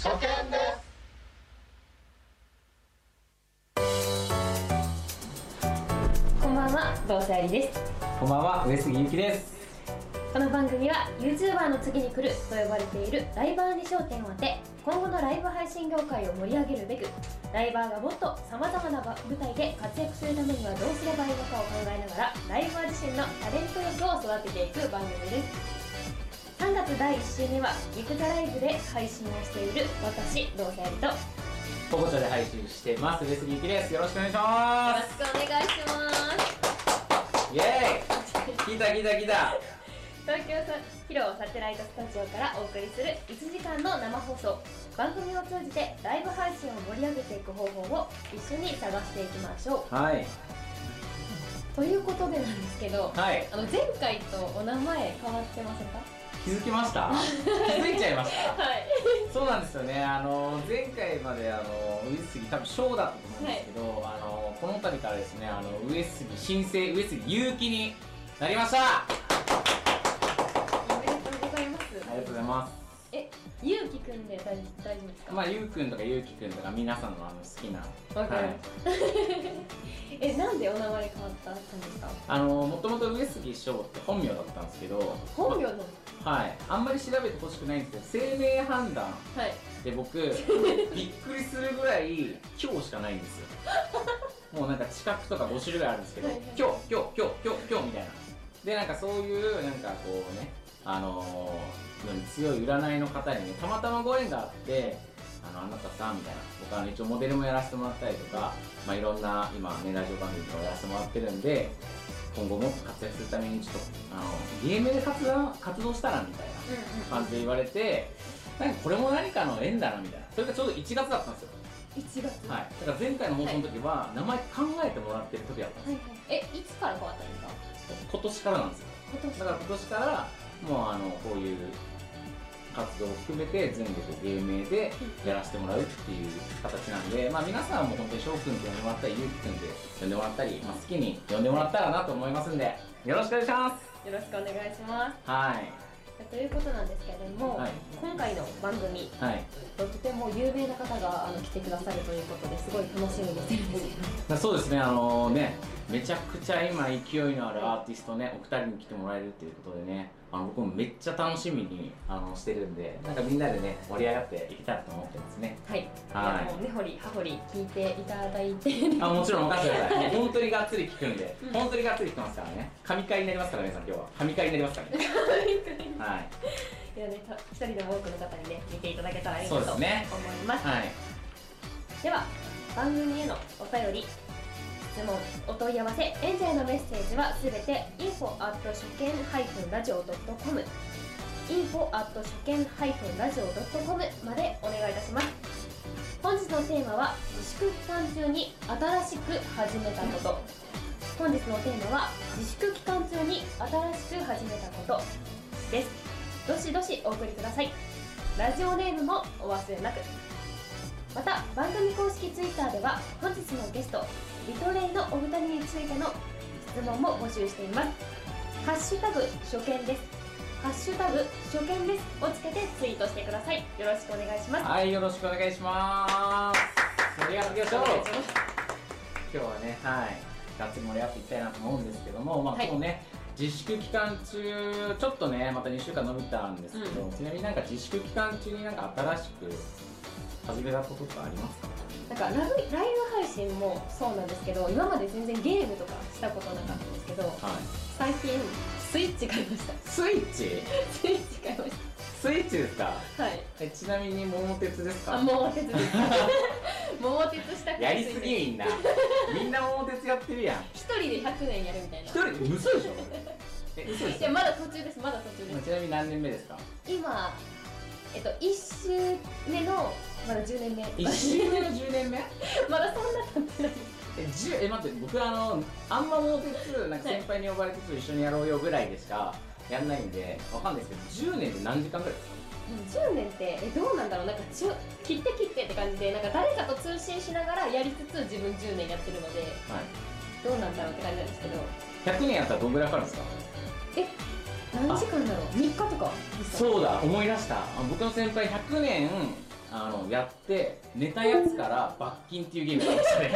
初見ですこんばんは、ローサエリです。こんばんは、上杉ゆきです。この番組は YouTuber の次に来ると呼ばれているライバーに焦点を当て、今後のライブ配信業界を盛り上げるべく、ライバーがもっと様々な舞台で活躍するためにはどうすればいいのかを考えながら、ライバー自身のタレント力を育てていく番組です。3月第1週にはギクザライブで配信をしている私、ローサエリと、よポコチャで配信してます。上杉ゆきです。よろしくお願いしまろしくお願いします。す。イエーイ。来た来た来た。東京広サテライトスタジオからお送りする1時間の生放送番組を通じてライブ配信を盛り上げていく方法を一緒に探していきましょはい。うということでなんですけどはい。あの前回とお名前変わってませんか気づきました気づいちゃいま したはいそうなんですよね。あの、前回まであの、上杉多分ショーだったと思うんですけど、あの、この度からですね、あの、上杉新生、上杉ゆうきになりましたあおめでとうございますりがとうございます。えゆうきくんで大大丈夫ですか、まあ、ゆうくんとかゆうきくんとか皆さんのあの、好きな。わかるはいえなんでお名前変わったんですかあの、もともと上杉翔って本名だったんですけど、本名のはい、あんまり調べてほしくないんですけど生命判断はいで僕びっくりするぐらい今日しかないんですよもうなんか資格とか5種類あるんですけどはいはい今日今日今日今日今日みたいなでなんかそういうなんかこうねあのー強い占いの方にねたまたまご縁があってあのあなたさみたいな僕はあの一応モデルもやらせてもらったりとか、まあ、いろんな今ねラジオ番組とかやらせてもらってるんで今後もっと活躍するためにちょっとあのゲームで活動活動したらみたいなうん、感じで言われてなんかこれも何かの縁だなみたいなそれがちょうど1月だったんですよ1月ははいだから前回の放送の時は名前考えてもらってる時だったんでいはいえいつから変わったんですかすよ今年からなんですよ今年だから今年からもうあのこういう活動を含めて全国芸名でやらせてもらうっていう形なんで、まあ、皆さんも本当に翔くんって呼んでもらったりゆうきくんで呼んでもらったり、まあ、好きに呼んでもらったらなと思いますんでよろしくお願いしますよろしくお願いしますはいということなんですけれども、はい今回の番組はいとても有名な方があの来てくださるということですごい楽しみにしてるんですけどまあそうですね、あのね、めちゃくちゃ今勢いのあるアーティストね、お二人に来てもらえるっていうことでね、あの僕もめっちゃ楽しみにあのしてるんで、なんかみんなでね、盛り上がっていけたらと思ってますね。はい、はあいの根掘り葉掘り聞いていただい てあ、もちろん任せてください。もう本当にがっつり聞くんで、本当にがっつり聞きますからね。神回になりますから、皆さん今日は。神回になりますからね。はい。いやねた一人でも多くの方にね見ていただけたらいいなとそう思ですいねますではい。は番組へのお便り質問お問い合わせ演者へのメッセージはすべて info 初見 -radio.com info 初見 -radio.com までお願いいたします本日のテーマは自粛期間中に新しく始めたこと本日のテーマは自粛期間中に新しく始めたことですどしどしお送りくださいラジオネームもお忘れなくまた番組公式ツイッターでは本日のゲストリトレイのお二人についての質問も募集していますハッシュタグ初見ですハッシュタグ初見ですをつけてツイートしてくださいよろしくお願いしますはい、よろしくお願いします。盛り上がっていきましょう。今日はね、はい、がっつり盛り上がっていきたいなと思うんですけども、まあ、はい今日ね、自粛期間中、ちょっとね、また2週間伸びたんですけど、うちなみになんか自粛期間中になんか新しく始めたこととかありますなかんかライブライブ配信もそうなんですけど今まで全然ゲームとかしたことなかったんですけどはい。最近スイッチ買いました スイッチスイッチ買いましスイッチですかたはいえちなみに桃鉄ですあか桃鉄 です桃鉄したくてやりすぎみんな。みんな桃鉄やってるやん。一人で100年やるみたいな一人、嘘でしょえ、嘘でいしやょまだ途中ですまだ途中ですちなみに何年目ですか今えっと1周目のまだ10年目一周目の10年目 まだそんな経ってないえじゅえ待って僕あのあんまもう鉄なんか先輩に呼ばれてちょっと一緒にやろうよぐらいでしかやんないんでわかんないですけど10年で何時間ぐらいですか10年ってえどうなんだろうなんかちゅ切って切ってって感じでなんか誰かと通信しながらやりつつ自分10年やってるのではいどうなんだろうって感じなんですけど100年やったらどんぐらいかかるんですか何時間だろう3日とかそうだ思い出したあ僕の先輩100年あのやって寝たやつから罰金っていうゲームなんですよね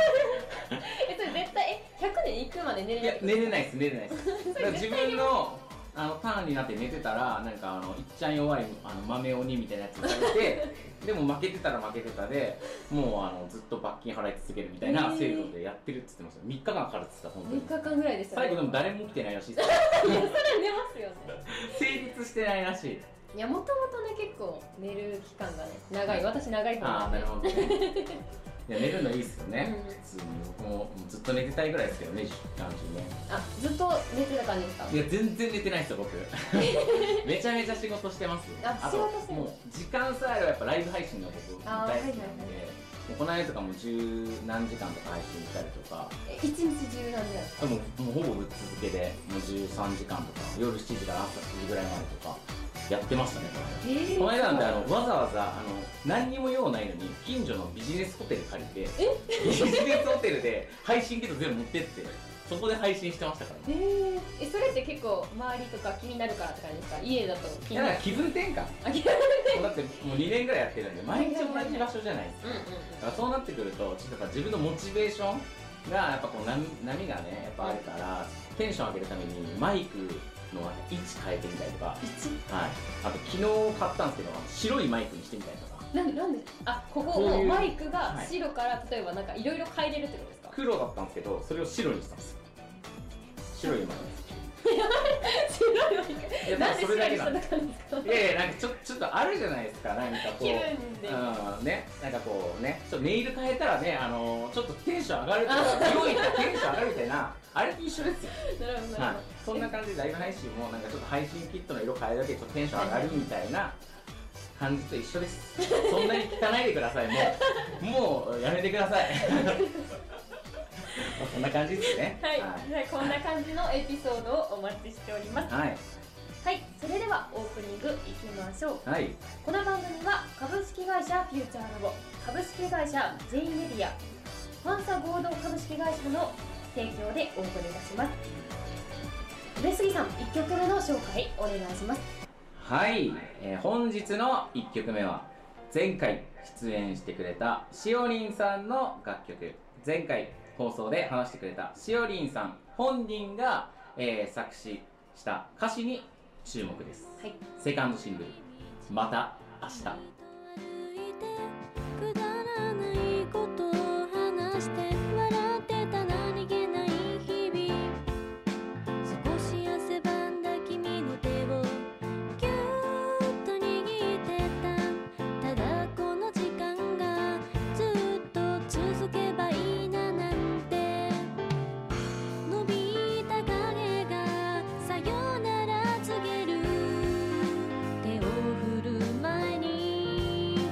えそれ絶対え100年行くまで寝れいなやい寝れないです寝れないですだから自分のあのターンになって寝てたらなんかあのいっちゃん弱いあの豆鬼みたいなやつがい てでも負けてたら負けてたでもうあのずっと罰金払い続けるみたいな制度でやってるっつってました3日間かかるっつってた本当に3日間ぐらいですよね最後でも誰も起きてないらしいですいやそれは寝ますよね成立してないらしいいやもともとね結構寝る期間がね長い私長い方あなあんなでるほどねいや寝るのいいっすよね、うん普通に僕もずっと寝てたいぐらいですけどね10あの10年あずっと寝てた感じですかいや全然寝てないです よ僕めちゃめちゃ仕事してますよあと仕事してるもう時間さえあればやっぱライブ配信が僕あー大好きなんで、はいはいもうこの間とかも十何時間とか配信したりとかえ一日中なんででももうほぼぶっ続けでもう13時間とか夜7時から朝7時ぐらいまでとかやってましたねこの間えーこの間なんであのわざわざあの何にも用ないのに近所のビジネスホテル借りてビジネスホテルで配信機器全部持ってってそこで配信してましたからねえーえそれって結構周りとか気になるからって感じですか家だと気にいやだなかるら気分転換だあ気になるってもう2年ぐらいやってるんで毎日同じ場所じゃないですうんうんうんだからそうなってくるとちょっとやっぱ自分のモチベーションがやっぱこう波波がねやっぱあるからテンション上げるためにマイクの位置変えてみたりとか、はい、あと昨日買ったんですけど白いマイクにしてみたりとか一なんなんであこここうもういうマイクがはい白から例えばなんかいろいろ変えれるってことですか黒だったんですけどそれを白にしたんですよ白いマイ白いマイ クいやクなんでそれだ白けにしなたんんでですかすいやいやなんかちょちょっとあるじゃないですかなんか気こ分うでうんね、なんかこうね、ちょっとネイル変えたらね、あのちょっとテンション上がるとか、広いとテンション上がるみたいな、あれと一緒ですよ。なるほどなはいる、そんな感じでライブ配信も、なんかちょっと配信キットの色変えるだけでちょっとテンション上がるみたいな感じと一緒です。そんなに聞かないでください、もう。もうやめてください。 まあそんな感じですね。ほどはい、はい、こんな感じのエピソードをお待ちしておりますはい。はいそれではオープニングいきましょうはい。この番組は株式会社フューチャーラボ株式会社 J メディアファンサ合同株式会社の提供でお送りいたします上杉さん1曲目の紹介お願いしますはい、えー本日の1曲目は前回出演してくれたしおりんさんの楽曲前回放送で話してくれたしおりんさん本人が、えー作詞した歌詞に注目ですはいセカンドシングル「また明日」くだらないことを話して笑ってた何気ない日々少し汗ばんだ君の手をぎゅっと握ってたただこの時間がずっと続けばいいななんて伸びた影がさよなら告げる手を振る前に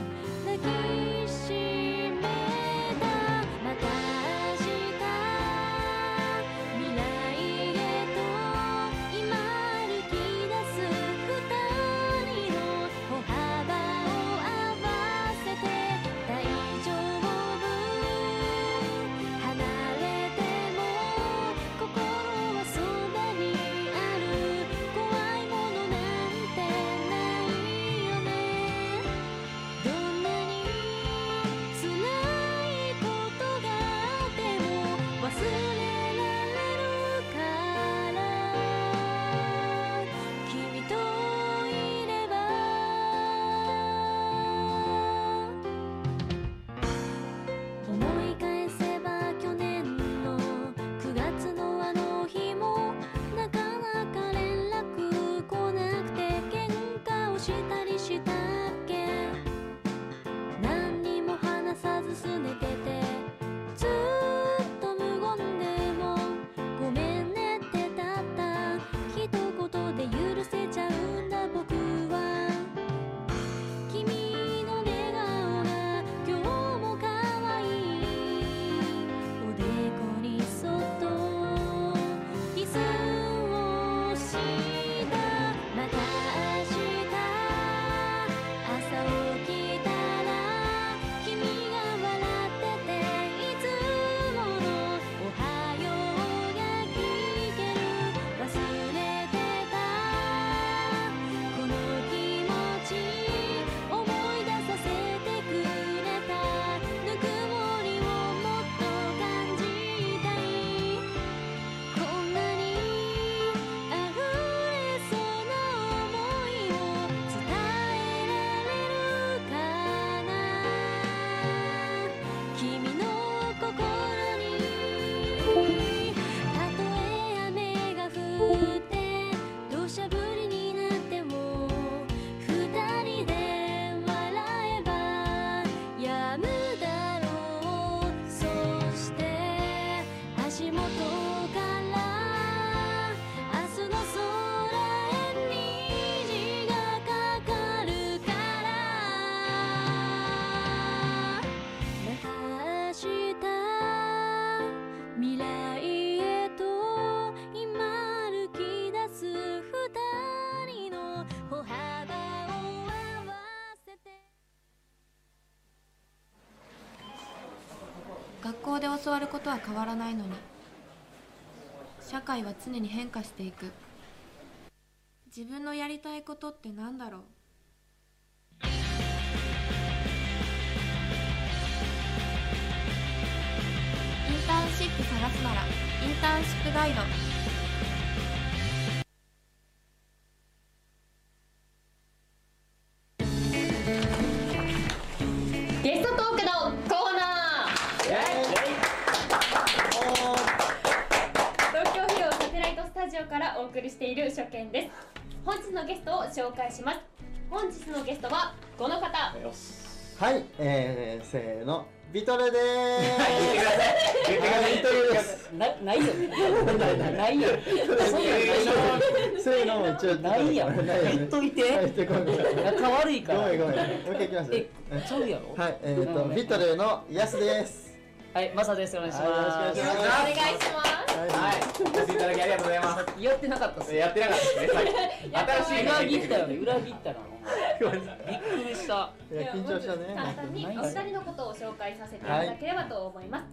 法で教わることは変わらないのに社会は常に変化していく自分のやりたいことって何だろうインターンシップ探すならインターンシップガイドゲストトークのコーナー東京披露サテライトスタジオからお送りしている初見です本日のゲストを紹介します本日のゲストはこの方よしはい、えー、せーの、ビトレで言ってください言ってください一人ですなないよねないよそんなんないよーす。せーのも一応ないやん言っといて言ってこない。仲悪いかごらめんごめん。もう一回いきます。えちゃうやろはい、えーと、ビトレのヤスです。はいマサですお願いしまはいよろしくお願いお願いしすしますはい、お越しいただきありがとうございまやってなかったっすす。 やってなかったですね、さっき。裏新しい切ったよね裏切ったなお前びっくりしたいや、緊張したではまず簡単にね。お二人のことを紹介させていただければと思います、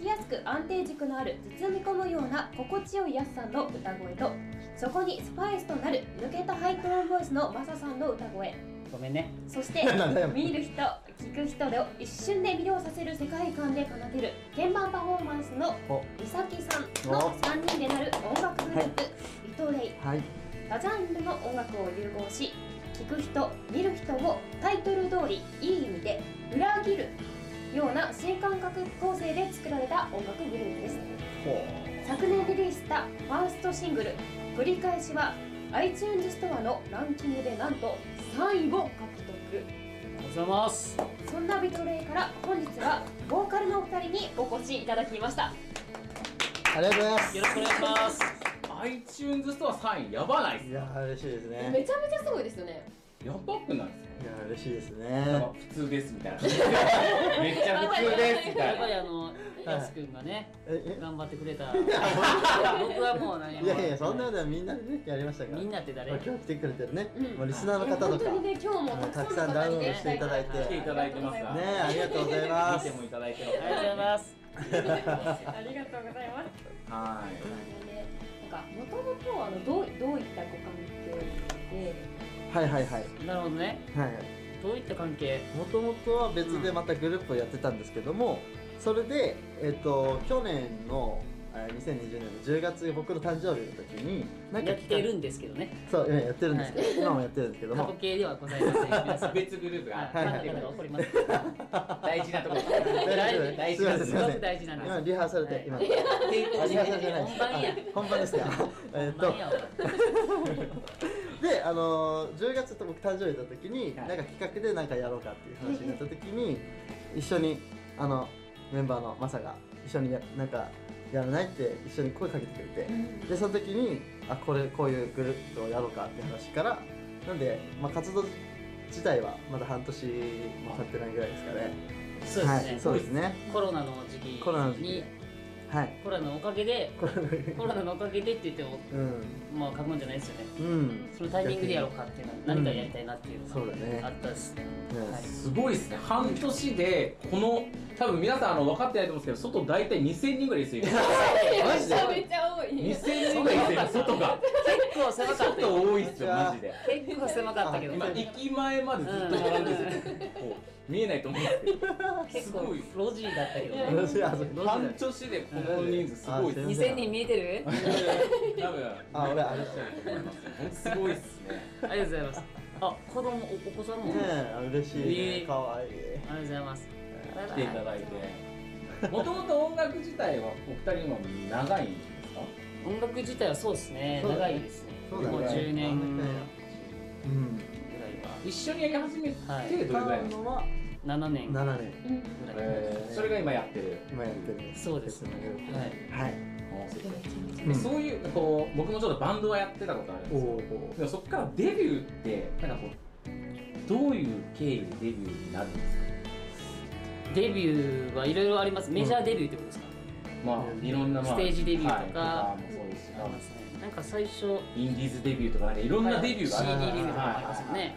聞きやすく安定軸のある包み込むような心地よい安さんの歌声とそこにスパイスとなる抜けたハイトーンボイスのマサさんの歌声ごめんねそして なんだよ見る人聞く人を一瞬で魅了させる世界観で奏でる鍵盤パフォーマンスのお美咲さんのお3人でなる音楽グループ、リトレイはい、多ジャンルの音楽を融合し聴く人見る人をタイトル通りいい意味で裏切るような新感覚構成で作られた音楽グループです昨年リリースしたファーストシングル「繰り返し」は iTunes ストアのランキングでなんと3位を獲得おはようございますそんなビトレイから本日はボーカルのお二人にお越しいただきましたありがとうございますよ。ろしくお願いします iTunes ストア3位、やばないっす。いやー、嬉しいですね。めちゃめちゃすごいですよねやばくないっすいやー、嬉しいですなんねか。普通ですみたいな。めっちゃ普通ですみたやっいぱな。りあのやすくんがねえ、頑張ってくれた僕はもう何え、もいやいやいや、そんなことはみんなでね、やりましたから。みんなって誰まあ今日来てくれてるねうん、もうリスナーの方と本か。当にね、ね今日もたくさんの方にねたくさんダウンロードしていただいて来ていただいてますが。ありがとうございま見すて。もいただいておはようございますありがとうございますます。はあのね、なんかもともとあのどうどういったご関係で、はいはいはい。なるほどねはい。どういった関係もともとは別でまたグループをやってたんですけども、それで、えっと去年のえー2020年の10月僕の誕生日の時になんかやって企画るんですけどねそう今やってるんですけど、今もやってるんですけど 過去も形ではございません皆さんい。別グループがはあっいまてだまだ怒ります大事なところ。大丈夫大大事事ななんんでですすすいすごませくん大事なんです今リハーサルはでい今ああリハーサルじゃない本番やあ本番ですよえっ本と番やであのー10月と僕誕生日の時に、はいなんか企画でなんかやろうかっていう話になった時に一緒にあのメンバーのマサが一緒にやなんかやらないって一緒に声かけてくれて、でその時にあこれこういうグループをやろうかって話からなんで、まあ、活動自体はまだ半年も経ってないぐらいですかねそうですはねい、そうですねコロナの時期にコロナの時期ではい コロナのおかげでコロナの時コロナのおかげでって言ってもうんまあ過言じゃないですよねうんそのタイミングでやろうかっていうのは何かやりたいなっていうそうのだねがあったですねうんはいすごいですね。半年でこの多分皆さんあの分かってないと思うんですけど、外大体2000人ぐらいですよ。マジでちゃ多い。 2000人ぐらいですよ。外が結構狭かった外よ多いっすよマジで。結構狭かったけど今駅前までずっと並んでて、こう見えないと思うんですけど。結すご構い路地だったけどよろねしいあそう半年でこの人数すごいっすあね。 2000人見えてる多分あ俺あれねすごいっすね。ありがとうございますあ子供おお子さんもえ嬉しいいいねかわいいありがとうございます来ていただいて。もともと音楽自体はお二人も長いんですか？音楽自体はそうですねそうだ長ねいですねそもううだね10年ぐらいうんは一緒にやり始めてはいどれぐ買らいなんうですか？のは7年ぐらい7年えーそれが今やってる。今やってるんですそうですねはいはいでそういうこう僕もちょっとバンドはやってたことあるんおですよ。おでもそこからデビューってなんかこうどういう経緯でデビューになるんですか？デビューはいろいろありますメジャーデビューってことですかまあいろんなまあステージデビューとかはいもそうですし、ありますねなんか最初インディーズデビューとかなんかいろんなデビューがある。はい CD デはいビューとかもありますよね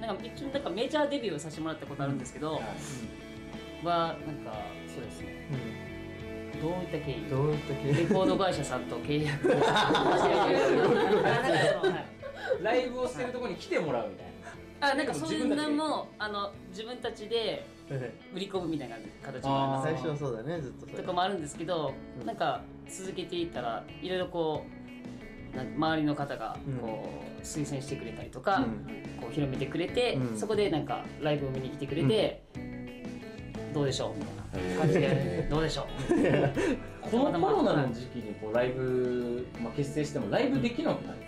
なんか一応なんかメジャーデビューをさせてもらったことあるんですけどはいはなんかそうですねうどういった経緯どういった経レ緯コード会社さんと契約を はいライブをしてるところに来てもらうみたいなあなんかそういうのもあの自分たちで売り込むみたいな形もあります最初はそうだねずっとそれとかもあるんですけど、うんなんか続けていったらいろいろこうなん周りの方がこう、推薦してくれたりとか、うんこう広めてくれて、うんそこでなんかライブを見に来てくれて、どうでしょうみたいな感じでどうでしょうこのコロナの時期にこうライブ、まあ、結成してもライブできなくなる、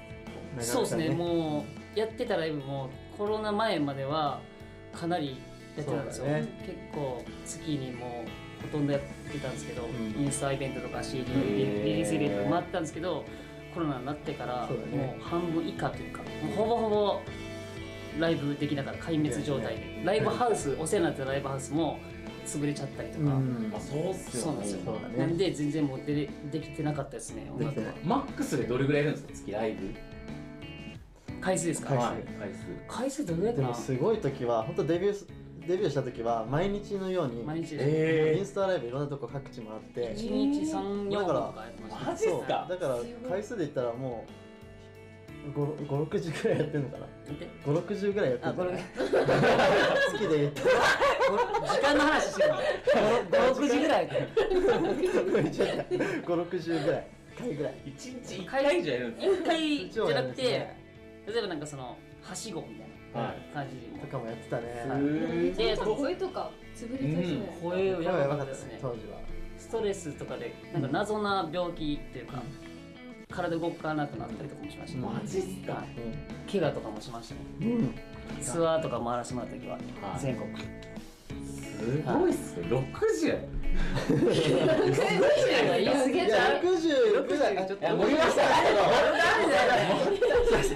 そうですねうもうやってたライブもコロナ前まではかなりやってたんですよ、そうだね結構月にもうほとんどやってたんですけど、んインスタイベントとか CD リへーリースイベントもあったんですけどコロナになってからそうだねもう半分以下というかもうほぼほぼライブできながら壊滅状態で、ライブハウスお世話になったライブハウスも潰れちゃったりとか、うんまあ、そうっすそうよなんねですよ、そうだねなんで全然もう出れできてなかったですね音でき楽てなはいマックスでどれぐらいいるんですか月ライブ回数ですか、回数はい回数回数どれぐらいでかなもすごい時は本当デビューすデビューした時は毎日のように毎日ですインえスタライブいろんなとこ各地回って一日三四本とかやってましたねマジっすかだから回数で言ったらもう560くらいやってんのかなで560ぐらいやってあんのこかれな 好きで言ったら時間の話してるの五六時ぐらい560ぐらい回ぐらいー、一日一回以上やるんです一回じゃなくて一応やるね例えばなんかそのはしごみたいかはいな感じでとかもやってたねすでごい声とか潰れてるね声を声やはばやかばかったったですねね当時はストレスとかでなんか謎な病気っていうか体動かなくなったりとかもしましたねマジっすかはい怪我とかもしましたねうんツアーとか回らせてもらった時ははい全国すごいっすね60いや60ぐいやすげらいいや盛りまし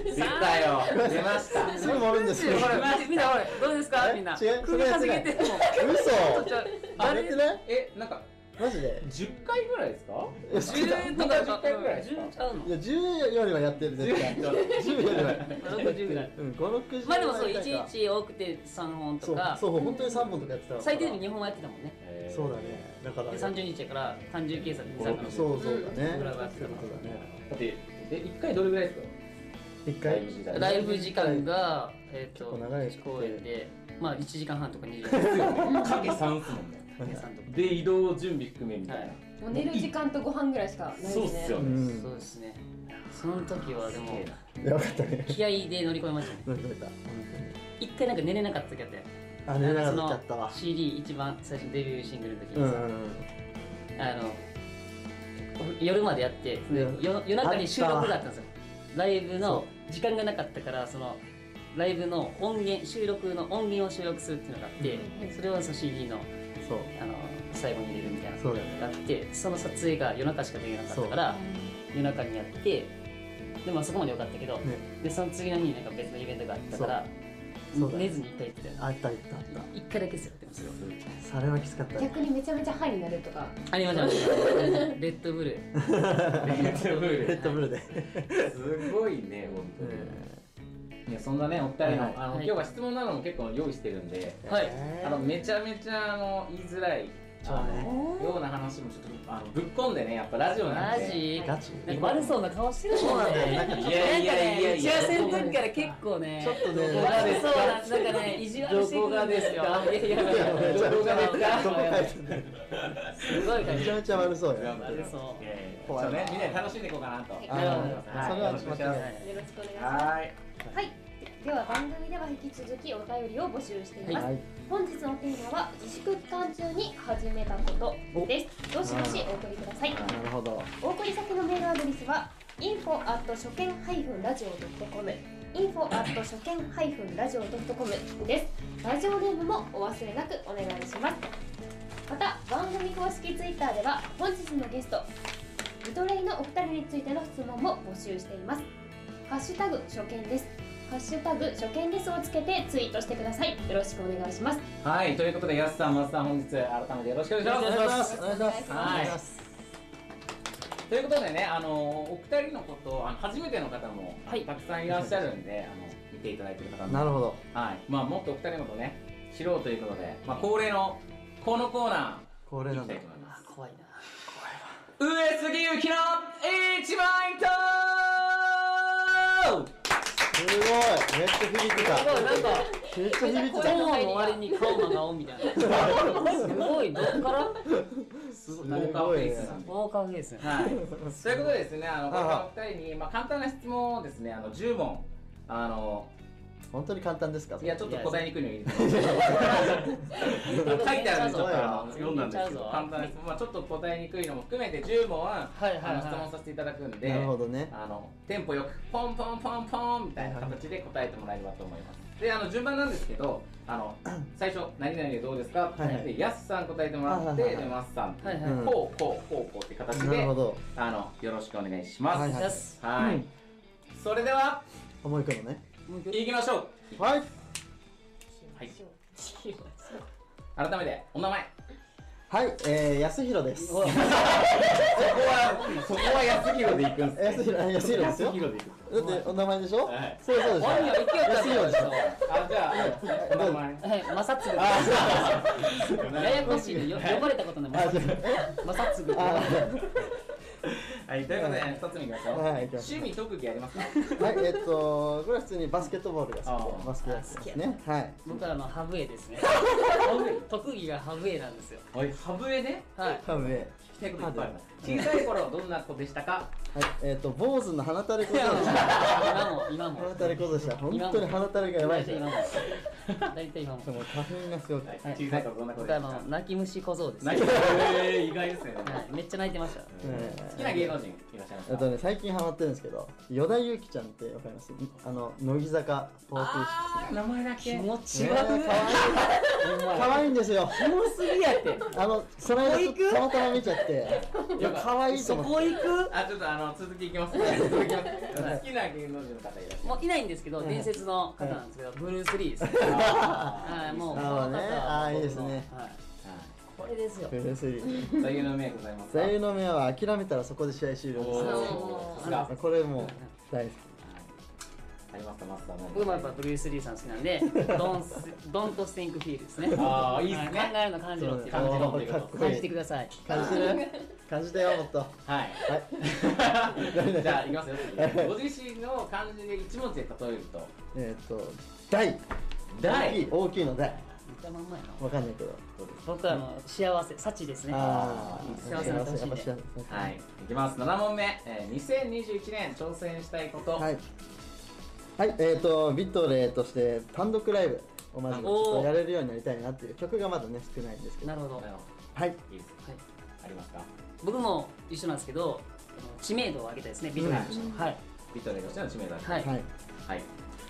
た出たよ 出ましたすぐ盛るんですよほらみんなほらどうですかえみんな違う首かしげてるもん嘘ちょああれれってねえなんかマジで10回ぐらいですかいや十とか十回ぐらいですか。十ちゃうのい。や10よりはやってる絶対10よりは六十ぐらい。うん560まあでもそうや一りたいか日多くて三本そとうか、そう本当に3本とかやってたから最低でも二本はやってたもんね。えーそうだねだからで三十日やから単純計算で三五本。そうそうだねぐらいはやってたからそうだねだってえ一回どれぐらいですか一回時代ライブ時間がえっと結構長い一公演でまあ一時間半とか二時間かけ3っすもんね計算とか。で移動準備含めみたいはなもう寝る時間とご飯ぐらいしかないそうっすようねんそうですね。その時はでもやばかったね気合で乗り越えましたね。乗り越えた本一回なんか寝れなかった時あって。当にあ寝れなかったわ CD 一番最初のデビューシングルの時うにんうさ。んうんあの夜までやって、でうん夜夜中に収録あったがあったんですよライブの時間がなかったからそのライブの音源収録の音源を収録するっていうのがあって、それをその CD のそうあの最後に入れるみたいなのそうだよがあねってその撮影が夜中しかできなかったから夜中にやってでまあそこまで良かったけど、でその次の日になんか別のイベントがあったからそうそうだね寝ずに一回行ってたよねあったあったあった一回だけですよでもそれはそれはきつかったね逆にめちゃめちゃハイになるとかありま したありましたレッドブルレッドブルレッドブルですごいね本当にいやそんなねお二人はいのあのは今い日は質問なども結構用意してるんではいあのめちゃめちゃあの言いづらいそうねあのような話もちょっとあのぶっこんでねやっぱラジオなマんでジガチなんか悪そうな顔してるもんね。なんかいやいやいやね、打いち合やわせの時から結構ね、ちょっとね悪そうな、なんかね、意地悪してくるんですよ。どこがいやいやいやどこめちゃめちがですかゃどこ書いてんだよすごい感めじ。ちゃめちゃ悪そうや悪そう。怖いそうねみんなで楽しんでいこうかなとあーそれはよろ間違いないしくお願いしまはいすはいでは番組では引き続きお便りを募集しています、はい本日のテーマは自粛期間中に始めたことですどしどしお送りくださいなるほどお送り先のメールアドレスは info at 初見 -radio.com info at 初見 -radio.com ですラジオネームもお忘れなくお願いしますまた番組公式ツイッターでは本日のゲストゆとレイのお二人についての質問も募集していますハッシュタグ初見ですハッシュタグ初見ですをつけてツイートしてくださいよろしくお願いしますはいということでやすさん松さん本日改めてよろしくお願いしますお願いしますお願いしますお願いしますということでね、あのお二人のことあの初めての方も、はいたくさんいらっしゃるんで、あの見ていただいてる方も、なるほどはい、まあもっとお二人のことね知ろうということで、まあ恒例のこのコーナこーれいなきんただいと思います。怖いな。上杉ゆきの一枚とすごいめっちゃ響いてたすごいなんかめっちゃ響いてコンマの割に顔真顔みたいなすごいどっからすごい豪華フェイスなんで豪華フェイスねはい、ということでですね、あの、こはれからいはお二人に、まあ、簡単な質問をですね、あの、10問。あの、た本当に簡単ですかいや、ちょっと答えにくいの入れてます。 書いてあるんで、ちょっと、あの、読んだんですけど、簡単な質問、まあ、ちょっと答えにくいのも含めて、10問は。はいはいあの、質は問いさせていただくんで。なるほどねあのテンポよくポンポンポンポンみたいな形で答えてもらえればと思いますであの順番なんですけどあの最初「何々でどうですか?」ってはいはいでやすさん答えてもらってはいはいではいますさんってはいはいうんこうこうこうこうって形なるでほどあのよろしくお願いしますはいはいよしはい、うんそれでは思いくのね行きましょうはいはい改めてお名前はいえー安弘ですうわそこはそこは安弘で行くん安すね弘安弘ですよ安で行くだってお名前でしょはいそうそうでしょワインは行けよったんだよあじゃあお名前はい正嗣ややこしいねよ呼ばれたことないあ正嗣ちょっとえ正嗣あはいということで2つ目いきましょうはい行きま趣しょう味特技ありますかはいえっとこれは普通にバスケットボールが好きあーでバスケやってますねはい僕らのハブエですね特技がハブエなんですよはい、ハブエではい多分ね聞きたいこといっぱいあります小さい頃どんな子でしたかはいえっと坊主の鼻垂れ小僧でした今も今も鼻垂れ小僧でした本当に鼻垂れがやばいです今もも大体今もう花粉がすごくはいて小さい頃どんな子僕でらしのたか泣き虫小僧です泣いねてるえー意外ですねはいめっちゃ泣いてましたえー好きな芸能人いらっしゃいますえっかとね、最近ハマってるんですけど、依田祐希ちゃんってわかりますあの、乃木坂46名前だ気け持ちの。悪いねえ可愛い可愛いんですよ。キモすぎやってあの、その間ちょっとたまたま見ちゃって、いや、可愛いとそ思っこ行くあ、ちょっとあの続きいきますね続きいきます好きな芸能人の方いらっしゃいまもういないんですけどはい伝説の方なんですけどブルース・リーですねすかはいもうこなるほどの方ねはあーいいですねはいはこれですよて。プレスリー。い座右の銘ございますか座右の銘は諦めたらそこで試合終了おーでさすす。があこれもう大好き。ありますかマスター僕もやっぱブルース・リーさん好きなん でドンスドンとスティンクフィールですねああいいですは考ねえるの感じろっていう感じろっていうかこっとこ感いじてい。ください感じてる感じてよ、もっと。はいはい。じゃあいきますよご自身の漢字で一文字で例えるとえーっと、大。大きい大きいの大。言ったまんまやなわかんないけど。僕はもう幸せ幸ですねあー幸せな年やっぱ幸でせ。はい、いきます。7問目、えー、2021年挑戦したいこと。はい。はい、えっ、ー、と、ビトレとして単独ライブをまずちょっとやれるようになりたいなっていう曲がまだね、少ないんですけどな。るほどあのはい。いいですかはいありますか僕も一緒なんですけど知名度を上げたいですねビートルズとしてもはいビトレとしての知名度はいはい。はい。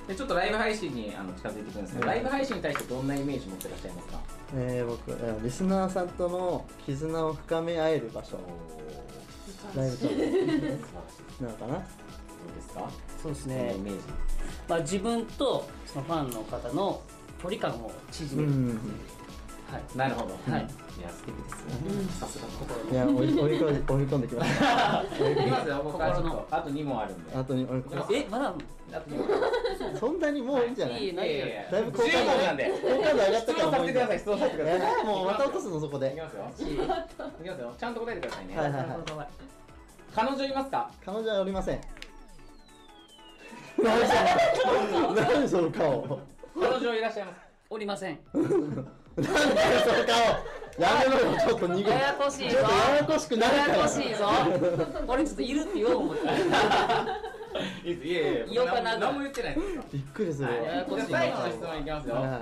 で、ちょっとライブ配信にあの近づいていくんですけど、はラいイブ配信に対してどんなイメージ持ってらっしゃいますかえー、僕、えーリスナーさんとの絆を深め合える場所おー、ライブと素晴らしい。なのかな。どうですかそうですえねイメージ。まあ自分とそのファンの方の距離感をう縮めるん。はいなるほど。はいいや、素敵ですね。さすが心いや、追 い追い込んで追い込んできました。いきますよ、僕はちょっ心のと。あと2問あるんで。あとに追い込んえまだあと2問。で。そんなにもういいんじゃないいいないいやいよややだいぶ好感10度問なんで。好感度上がった質問からさもせういていくんじゃださ、ないい質問させてくださえい。ーもうまた落とすの、そこいきで。ますよ。しはいいきますよ。ちゃんと答えてくださいね。はいはいなるほどはい彼女いますか彼女はおりません。何その顔。何その顔。彼女いらっしゃいますかおりませんなんだよその顔やめろよちょっと逃げややこしいちぞょっとややこしくなるやからやこしいぞ俺ちょっといるって言おう思っていいですいやいやい言おうかな何も言ってないですよびっくりするはわいはいややこしいじゃあ最後の質問いきますはいよ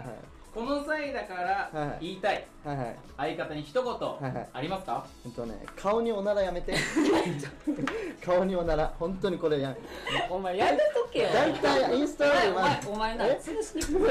この際だからはい言いたいはいはいはい相方に一言いはいありますかほんとね顔におならやめて 顔におなら本当にこれやお前やめとけよめだいたいインスタライおブ前はお前なえすぐスキップ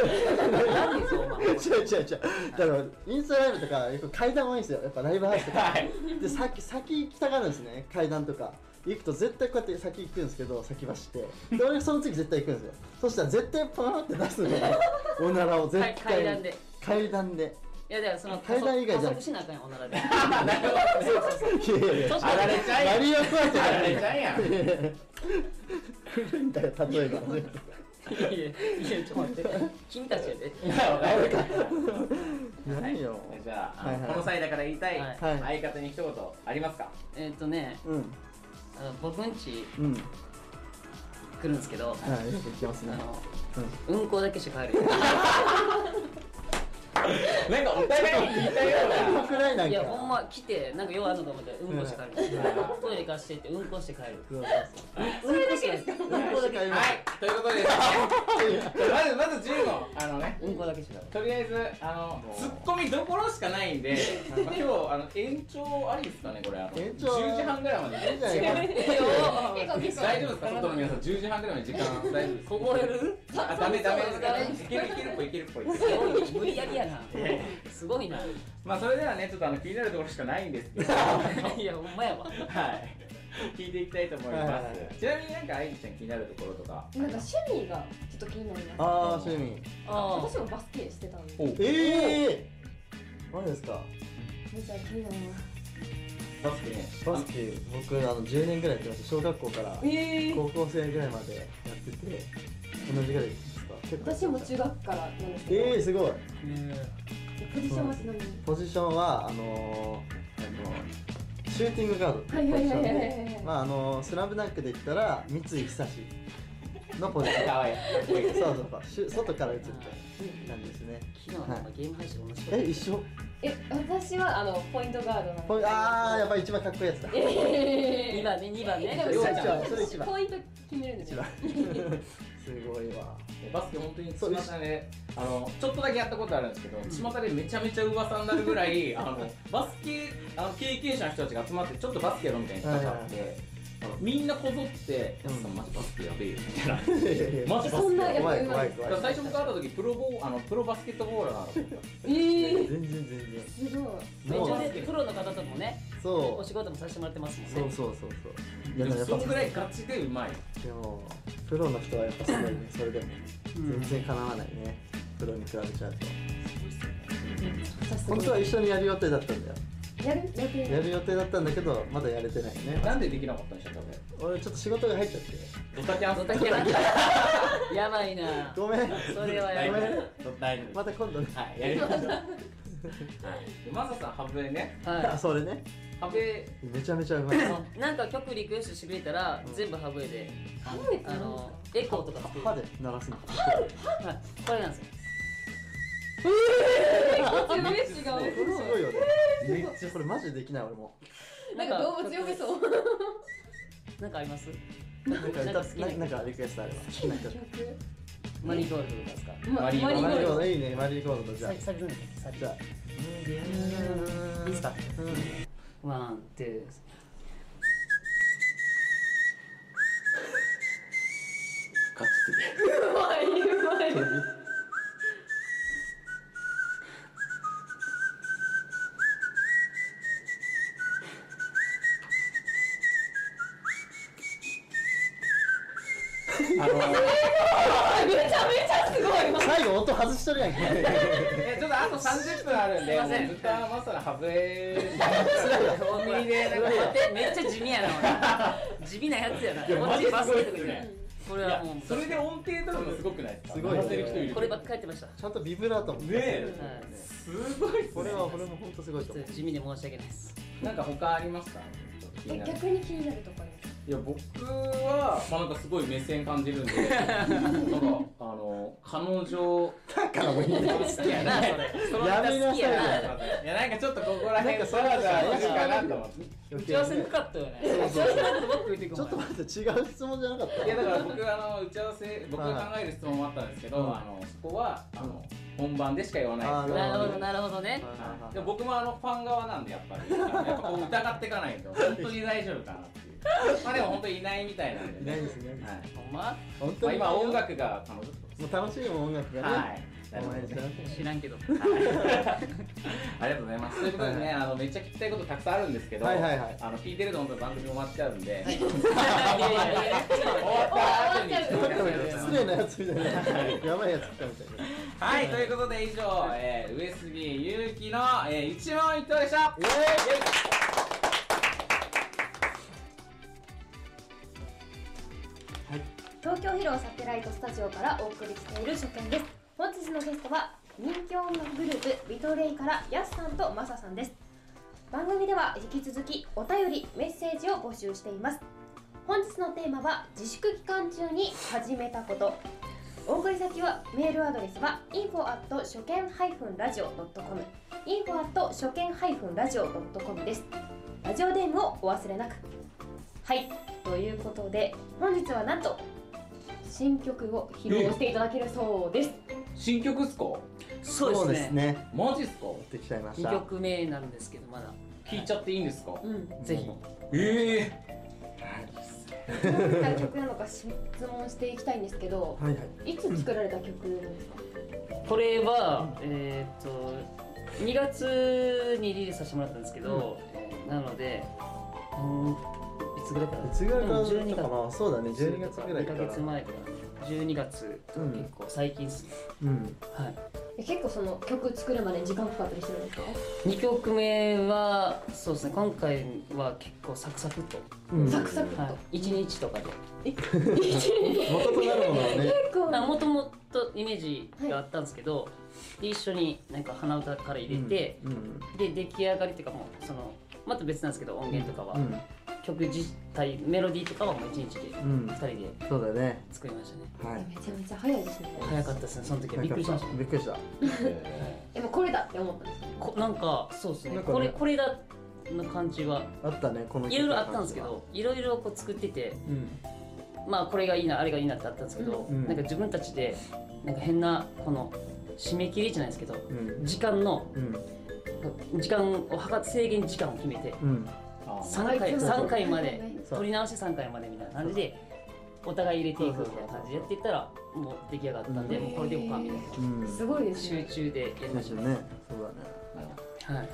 何でぞお前 違う違う違うだからインスタライブとかよく階段多いんですよやっぱライブハウスとかはいで先先行きたがるんですね階段とか行くと絶対こうやって先行くんですけど先走ってで俺その次絶対行くんですよそしたら絶対パーンって出すのよ おならを絶は対い階段で階段でいやだからその階段以外じゃなく加速しなあかんよおならでいやいやいやあられちゃマいリオパート やんあられちだゃいやん古いんだよ例えばいやいやちょっと待って君たちやでいやわかるか何よじゃあ、あのはいはいこの際だから言いたい、はいはい相方に一言ありますかえっとねうんあの僕んちうん来るんですけどはいよく行きますあねのうんこだけして帰るなんかお互いに言いたいようよくないなんかいやほんま来てなんか用あるのか思ってうんこして帰るうトイレ行かしてってうんこして帰るうわうんこして帰るうんこだけなはいということでですねまずまず10問あのねうんこだけして帰るとりあえずあのツッコミどころしかないんでまあ今日あの延長ありですかねこれあの延長10時半ぐらいまでいいんじゃないかな大丈夫ですか外の皆さん10時半ぐらいま で時間大丈夫ですこぼれるあダメダメダメいけるいけるっぽいいけるっ ぽいすごい無理やりやなすごいなまあそれではねちょっとあの気になるところしかないんです けどいやほんまやわはい聞いていきたいと思います、はいはいはちなみになんか愛理ちゃん気になるところとかなんか趣味がちょっと気になりますああ趣味あ私もバスケしてたんでおええー、何ですかめちゃ気になりますバスケねバスケ僕あの10年ぐらいやってました小学校から高校生ぐらいまでやってて同じぐらいですか結構私も中学からなんですけど、ええー、すごいポジションはちなみにポジションはあのー、あのシューティングガードってはいいうはポジいシはョンいはいでまああのー、スラムダンクで言ったら三井久志のポジショ ンかわいいそうそうそうシュ外から打つみたいなんですね昨日なんかゲーム配信同じことえ一緒え私はあのポイントガードなんですポイああやっぱり一番かっこいいやつだ2番ね2番ねでもりょうちゃん一番それ一番ポイント決めるんです一よ番すごい わバスケ本当にそう巷であのちょっとだけやったことあるんですけど巷でめちゃめちゃ噂になるぐらい あのバスケあの経験者の人たちが集まってちょっとバスケやろうみたいな人があって、あのみんなこぞって「うんやすさんマジバスケやべえよ」みたいなママジバそスんケなやべえやよっぱ怖いうまいでだ怖い怖いから最初僕会った時プロボあのプロバスケットボーラーだなと思ったすえ全然全然ー、すごいめっもうちゃねプロの方ともねそおう仕事もさせてもらってますもんねそうそうそうそういやででももやっそぱんぐらいガチでうまいでもプロの人はやっぱすごいねそれでもうん全然かなわないねプロに比べちゃうとさすが本当は一緒にやる予定だったんだよやるやってやる予定だったんだけどまだやれてないねなんでできなかったんでしたっけ俺ちょっと仕事が入っちゃって俺ドタキャンドタキャンやばいなごめんそれは大やばい丈夫大丈夫また今度ねはいやりましょうはいでマサさんハブねあはそれねハブめちゃめちゃうまいいなんか曲リクエストしてくれたら全部ハブエでハブエってあ何ですのエコーとか作る歯で鳴らすのはいこれなんですよかめっちゃ違これすごいよねめっちゃこれマジでできない俺もなんか動物呼べそうなんかありますなんかなん歌か好き好きなな曲なんかリクエストあれば好きな曲マリーゴールドとかですかまマリーゴールドママリーゴールドリーゴールドいいねマリーゴールドじゃサあビサビなんだっけサビじゃあいいっすかワン、ツー、ガチすぎあの最後音外しとるやんけえちょっとあと30分あるんで、すいませんもう豚はまさにハブエおいでなんか待ってめっちゃ地味やな俺地味なやつやないやこっちバスケとかじゃないマジこいれはやもうそれで音程取るのすごくないですかすごいね回せる人いるこればっかりやってました、はちゃんとビブラートもねえいすごいっすこねれは俺も本当すごいちとょ思っうと地味で申し訳ないですなんか他ありますかちょっと気にえなる逆に気になるとこありますいや僕は、まあ、なんかすごい目線感じるんでなんかあの彼女だからもういい ね好きやなそれそのネタ好きややめなないやなんかちょっとここらなん辺かそそわれざわするかなと思って余計打ち合わせねにくかったよねそうそうそうちょっともっと見ていくちょっともんね待って違う質問じゃなかったいやだから僕あの打ち合わせ僕が考える質問もあったんですけど、はいあのそこはあの本番でしか言わないですあよーなるほどなるほどねはいでも僕もあのファン側なんでやっぱりやっぱこう疑っていかないと本当に大丈夫かなっていうまあでも本当にいないみたいなんで、いないですねはいほんま本ま当あ、に今音楽が彼女とかもう楽しいもん音楽がねはいお前ら知らん知らんけどありがとうございます。ということでね、あのめっちゃ聞きたいことたくさんあるんですけど、はいはいはいあの聞いてると本当に番組終わっちゃうんで、終いやいやいやわった後に。失礼なやつみたいなやばいやつ来たみたいはい、ということで以上、えー、上杉ゆうきの、えー、一問一答でした。なイエーイはい東京ヒロサテライトスタジオからお送りしている初見です本日のゲストは人気音楽グループビトレイからヤスさんとマサさんです番組では引き続きお便りメッセージを募集しています本日のテーマは自粛期間中に始めたことお送り先はメールアドレスは info at 初見 -radio.com info at 初見 -radio.com ですラジオデームをお忘れなくはいということで本日はなんと新曲を披露していただけるそうです新曲っすかそうですねねマジっすか持ってきちゃいまし二た曲目なんですけどまだ聞いちゃっていいんですかうんぜひええどういった曲なのか質問していきたいんですけどはいはいいつ作られた曲なんですかこれはえーっと2月にリリースさせてもらったんですけど、えーなのでうんいつぐらいかな違う感じだった12かなそうだね12月ぐらいか2らヶ月前とか12月とか結構最近っすね、うんはいえ結構その曲作るまでに時間かかったりするんですか2曲目はそうですね今回は結構サクサクっと、うんサクサクっとはい、1日とかで元となるものはね結構もともとイメージがあったんですけど、で一緒になんか鼻歌から入れて、うんで出来上がりっていうかもうそのまた別なんですけど音源とかは、うん曲自体メロディーとかはもう1日でうん2人でそうだね作りましたねはいめちゃめちゃ早いですね早かったですねその時はびっくりしましたねびっくりしたえもうこれだって思ったんですかこなんかそうですねなんかねこれこれだの感じはあったねこのいろいろあったんですけどいろいろこう作っててうんまあこれがいいなあれがいいなってあったんですけど、うんなんか自分たちでなんか変なこの締め切りじゃないですけどうん時間のうん時間を測って制限時間を決めてうん3回三回までそう取り直して3回までみたいな感じでお互い入れていくみたいな感じでやっていったらもう出来上がったんで、うんもうこれでもかみたいなうんすごいです集ね中でやりまでししたょうね、ねそうだねはい、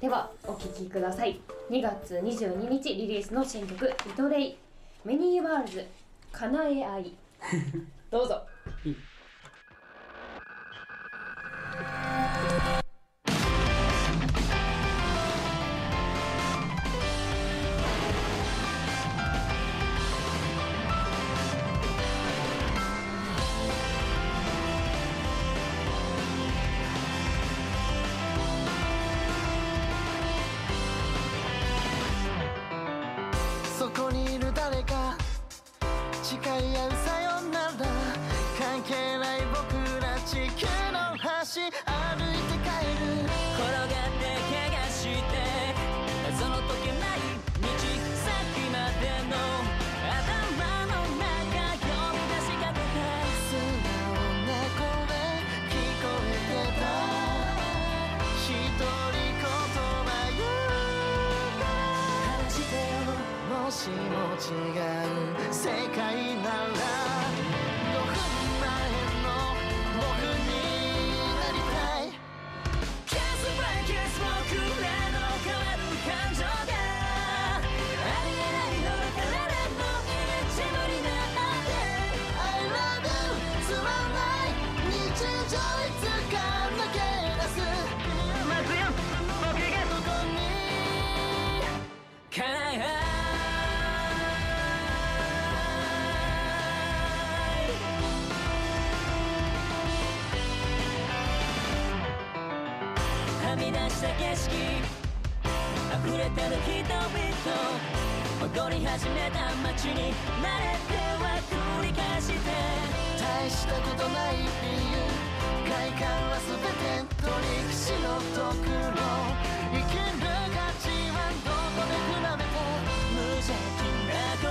ではお聴きください2月22日リリースの新曲「リトレイ」「メニーワールズ」「かなえ愛」どうぞそこにいる誰か誓い合うさよなら関係ない僕ら地球の端歩いて帰る転がって怪我して謎の解けない道先までの頭の中呼び出しかけて素直な声聞こえてた一人言葉言うから話してよもしも違う世界なら5分前の僕になりたい Kiss by kiss 僕らの変わる感情がありえないのは誰も命無理なんで I love you つまんない日常いつか抜け出すまずよ僕がここに叶えはみ出した景色溢れてる人々踊り始めた街に慣れては繰り返して大したことない理由快感は全て取りしの毒の生きる価値はどこで比べて無邪気な声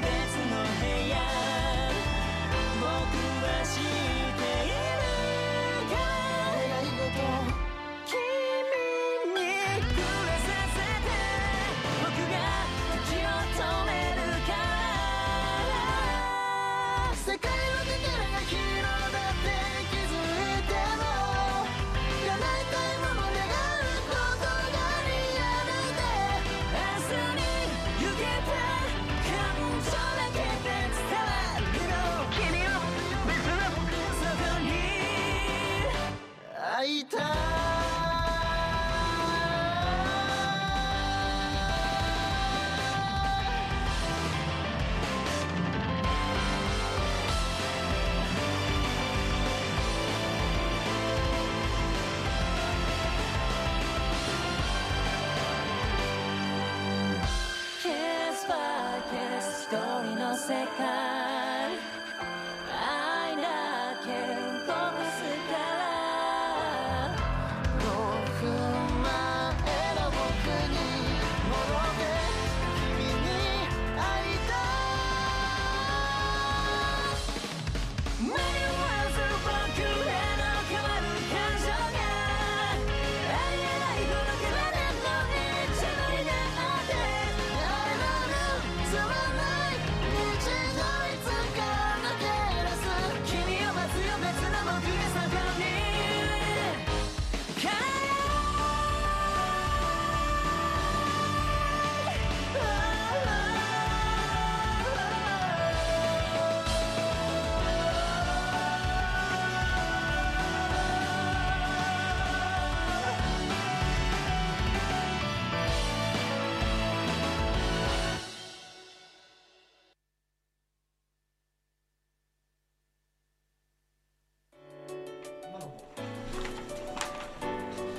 別の部屋僕は知っているか願い事君に触れさせて僕が時を止めるから世界の力が広がる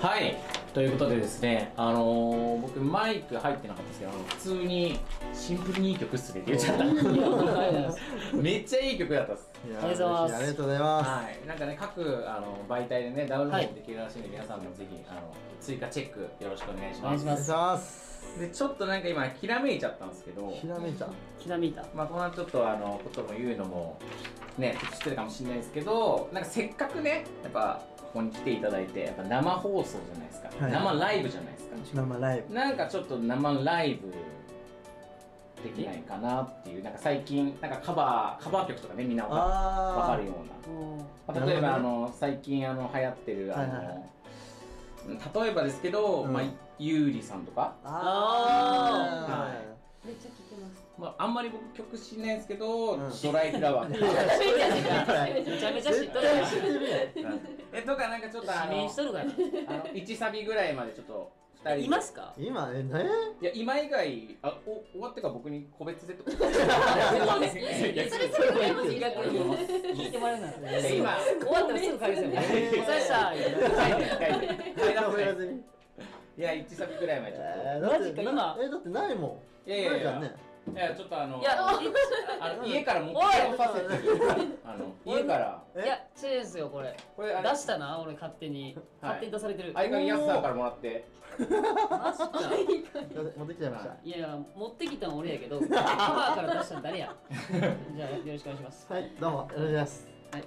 はいということでですねあのー僕マイク入ってなかったんですけどあの普通にシンプルにいい曲っすねって言っちゃった めっちゃいい曲だったっすいやありがとうござい嬉ますしありがとうございまはい、なんかね各あの媒体でねダウンロードできるらしいんで、皆さんもぜひあの追加チェックよろしくお願いしお願まいすしすおま願いしすますでちょっとなんか今ひらめいちゃったんですけどひらめいたひなみたまあこのちょっとあのことも言うのもね知ってるかもしれないですけどなんかせっかくねやっぱここに来ていただいてやっぱ生放送じゃないですか、はい生ライブじゃないですか生ライブなんかちょっと生ライブできないかなっていうなんか最近なんかカバーカバー曲とかねみんなわあかあわかるようなまあ、なる例えほどねばあの最近あの流行ってるあの、はいはいは例えばですけど、うんまあ、ゆうりさんとか、ああーはいめっちゃ聞きますまあ、あんまり僕曲知んないんですけど、うんドライフラワーとかめちゃめちゃ知っ絶とるや対ん知ってるやんえとかなんかちょっとあ指名のしとるがなあの1サビぐらいまでちょっと2人でいますか今えねいや今以外あお終わってから僕に個別でってことそうですねいやそれそれ羨ましい逆に聞いてもらえるならいや今今終わったらすぐ返すよねえーお疲れっしたみたいな書いて書いて書いて触らずにいや1サビぐらいまでちょっえーだってマジか今えだってないもんいやいやいやないじゃんねといやちょっとあのいやあの家から持ってこさせてあの家からえいや違うんですよこれこれあれ出したな俺勝手に勝手に出されてる相方やすさんからもらってマジか持ってきちゃいましたいやいや持ってきたん俺やけ どカバーから出したん誰やじゃあよろしくお願いしますはい、どうも、よろしくお願いします。はい。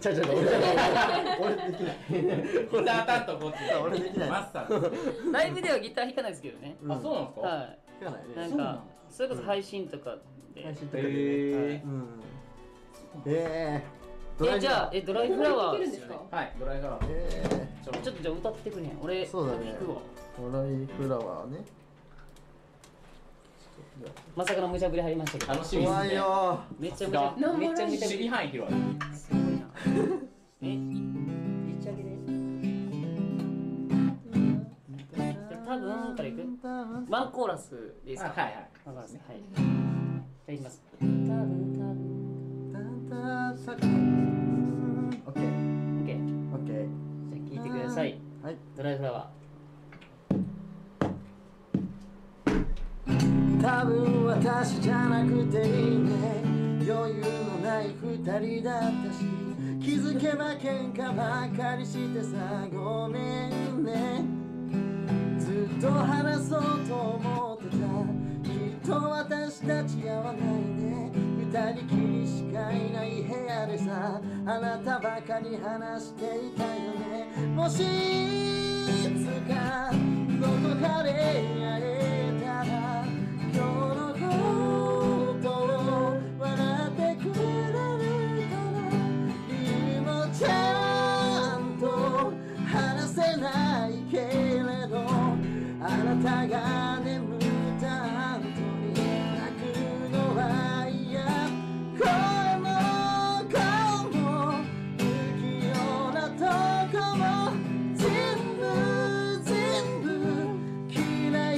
ちゃうちゃう、俺じゃない、俺できない。ギター担当こっちで俺できないマッサーですねライブではギター弾かないですけどねあ、そうなんですかはうん。聞かないいね。なんかそれこそ配信とかで配信とかでへうん。ええ。えじゃあええドライフラワーですよねーはい、ドライフラワーえちょっちょっとじゃあ歌ってくれへん俺そうだね弾くわー。ドライフラワーね。ちょっとまさかの無茶ぶり入りましたけとど楽しじみですゃあ怖いねよ。めっちゃ無茶めっちゃ見て守備範囲広いすごいな えい一応上げです多分からいくワンコーラスでいいですあ、かはいはいワンコーラスねはいじゃあいきます多分多分オッケー、オッケーオッケー。じゃあ聞いてくださいはい。ドライフラワ多分私じゃなくていいね余裕のない二人だったし気づけば喧嘩ばかりしてさごめんねずっと話そうと思ってたきっと私たち合わないね二人きりしかいない部屋でさあなたばかり話していたよねもしいつかどこかで会えたら今日のことを笑ってくれるから理由もちゃんと話せないけれどあなたが眠った後に泣くのは嫌これもこれも不器用なとこも全部全部嫌い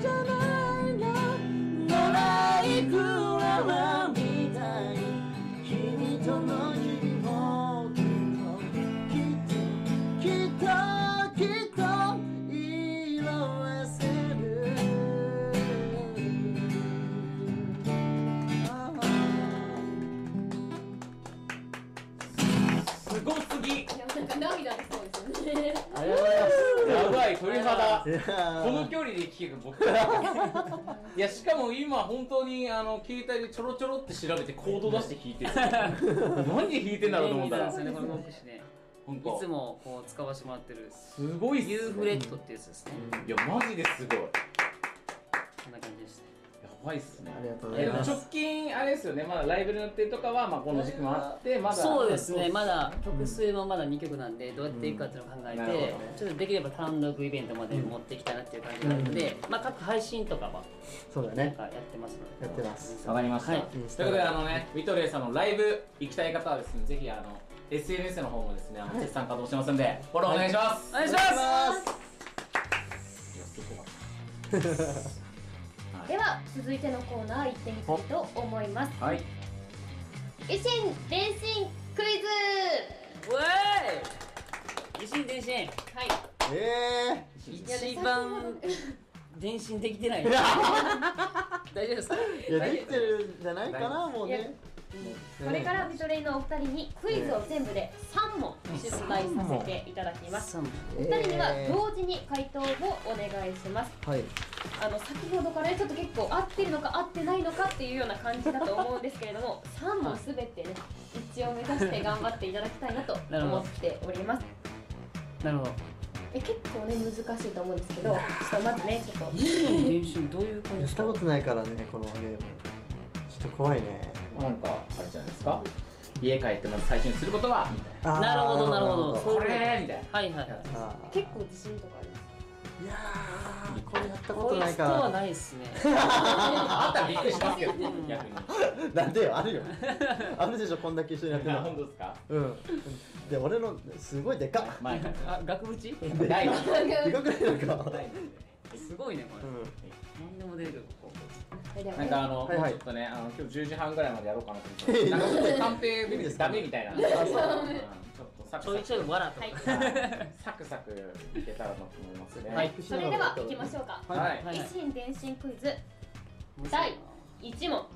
じゃないの野良いフラワーみたい君との日々もきっときっときっときっと色あせるあすごすぎいやなんか涙出そうですよねーありがとうございますやばい、鳥肌ーいやーこの距離で聞けば僕いや、しかも今本当にあの携帯でちょろちょろって調べてコード出して弾いてる 何で弾いてんだろうと思ったら便利なんですよねこの動くしね本い当つもこう使わせてもらってるすごいっすねユーフレットってやつですねいや、マジですごい。やこんな感じですねばいっすね。ありがとうごえざいでもます直近、あれですよね、まだライブの予定とかは、まあ、この時期もあって、まだ。そうですねまだ曲数もまだ2曲なんでどうやっていくかっていうのを考えて、うんなるほどねちょっとできれば単独イベントまで持っていきたいなっていう感じなので、まあ各配信とかはそうだなんねかやってますのでやってますわかりました。はいということで、あのね、ビトレイさんのライブ行きたい方はですね、ぜひ、あの、SNS の方もですね、あの絶賛稼働してますんで、フォローお願いします。お願いしますいやすごかったでは続いてのコーナー行ってみたいと思いますはい。維新伝心クイズウェーイ維新伝心はいえ一番伝心できてない大丈夫ですかえー、いやできてるんじゃないかなもういやねこれからビトレイのお二人にクイズを全部で3問出題させていただきますさんおお二人には同時に回答をお願いしますはいあの先ほどからねちょっと結構合ってるのか合ってないのかっていうような感じだと思うんですけれども3問すべてね一応目指して頑張っていただきたいなとなるほど思っておりますなるほどえ結構ね難しいと思うんですけどちょっとまずねちょっと伝心どういう感じでしすたかことないからねこのゲームちょっと怖いねなんかあれじゃないですか家帰ってまず最初にすることはみたいな あーなるほどなるほどそうこいうことれはいみたいなはいはいあー結構自信とかありますいやーこれやったこことういなうい人はかないですねあったらびっくりしますけどねうん逆にらなんでよある よあるでしょこんだけ一緒にやってるあの本当ですかうんで俺のすごい でかっ前からあ額縁ないのでかくないのかないのですごいねこれう何でも出るここそれではなんかあの、はいはもういちょっとね、あの今日10時半ぐらいまでやろうかなと思って、なんかちょっと短編見てダメみたいな、うんちょっとサクちょいちサょいわらとはいかク、はいサクサクいけたらと思いますね。はい、んそれでは行きましょうかはい、はい、はい一心伝心クイズ第1問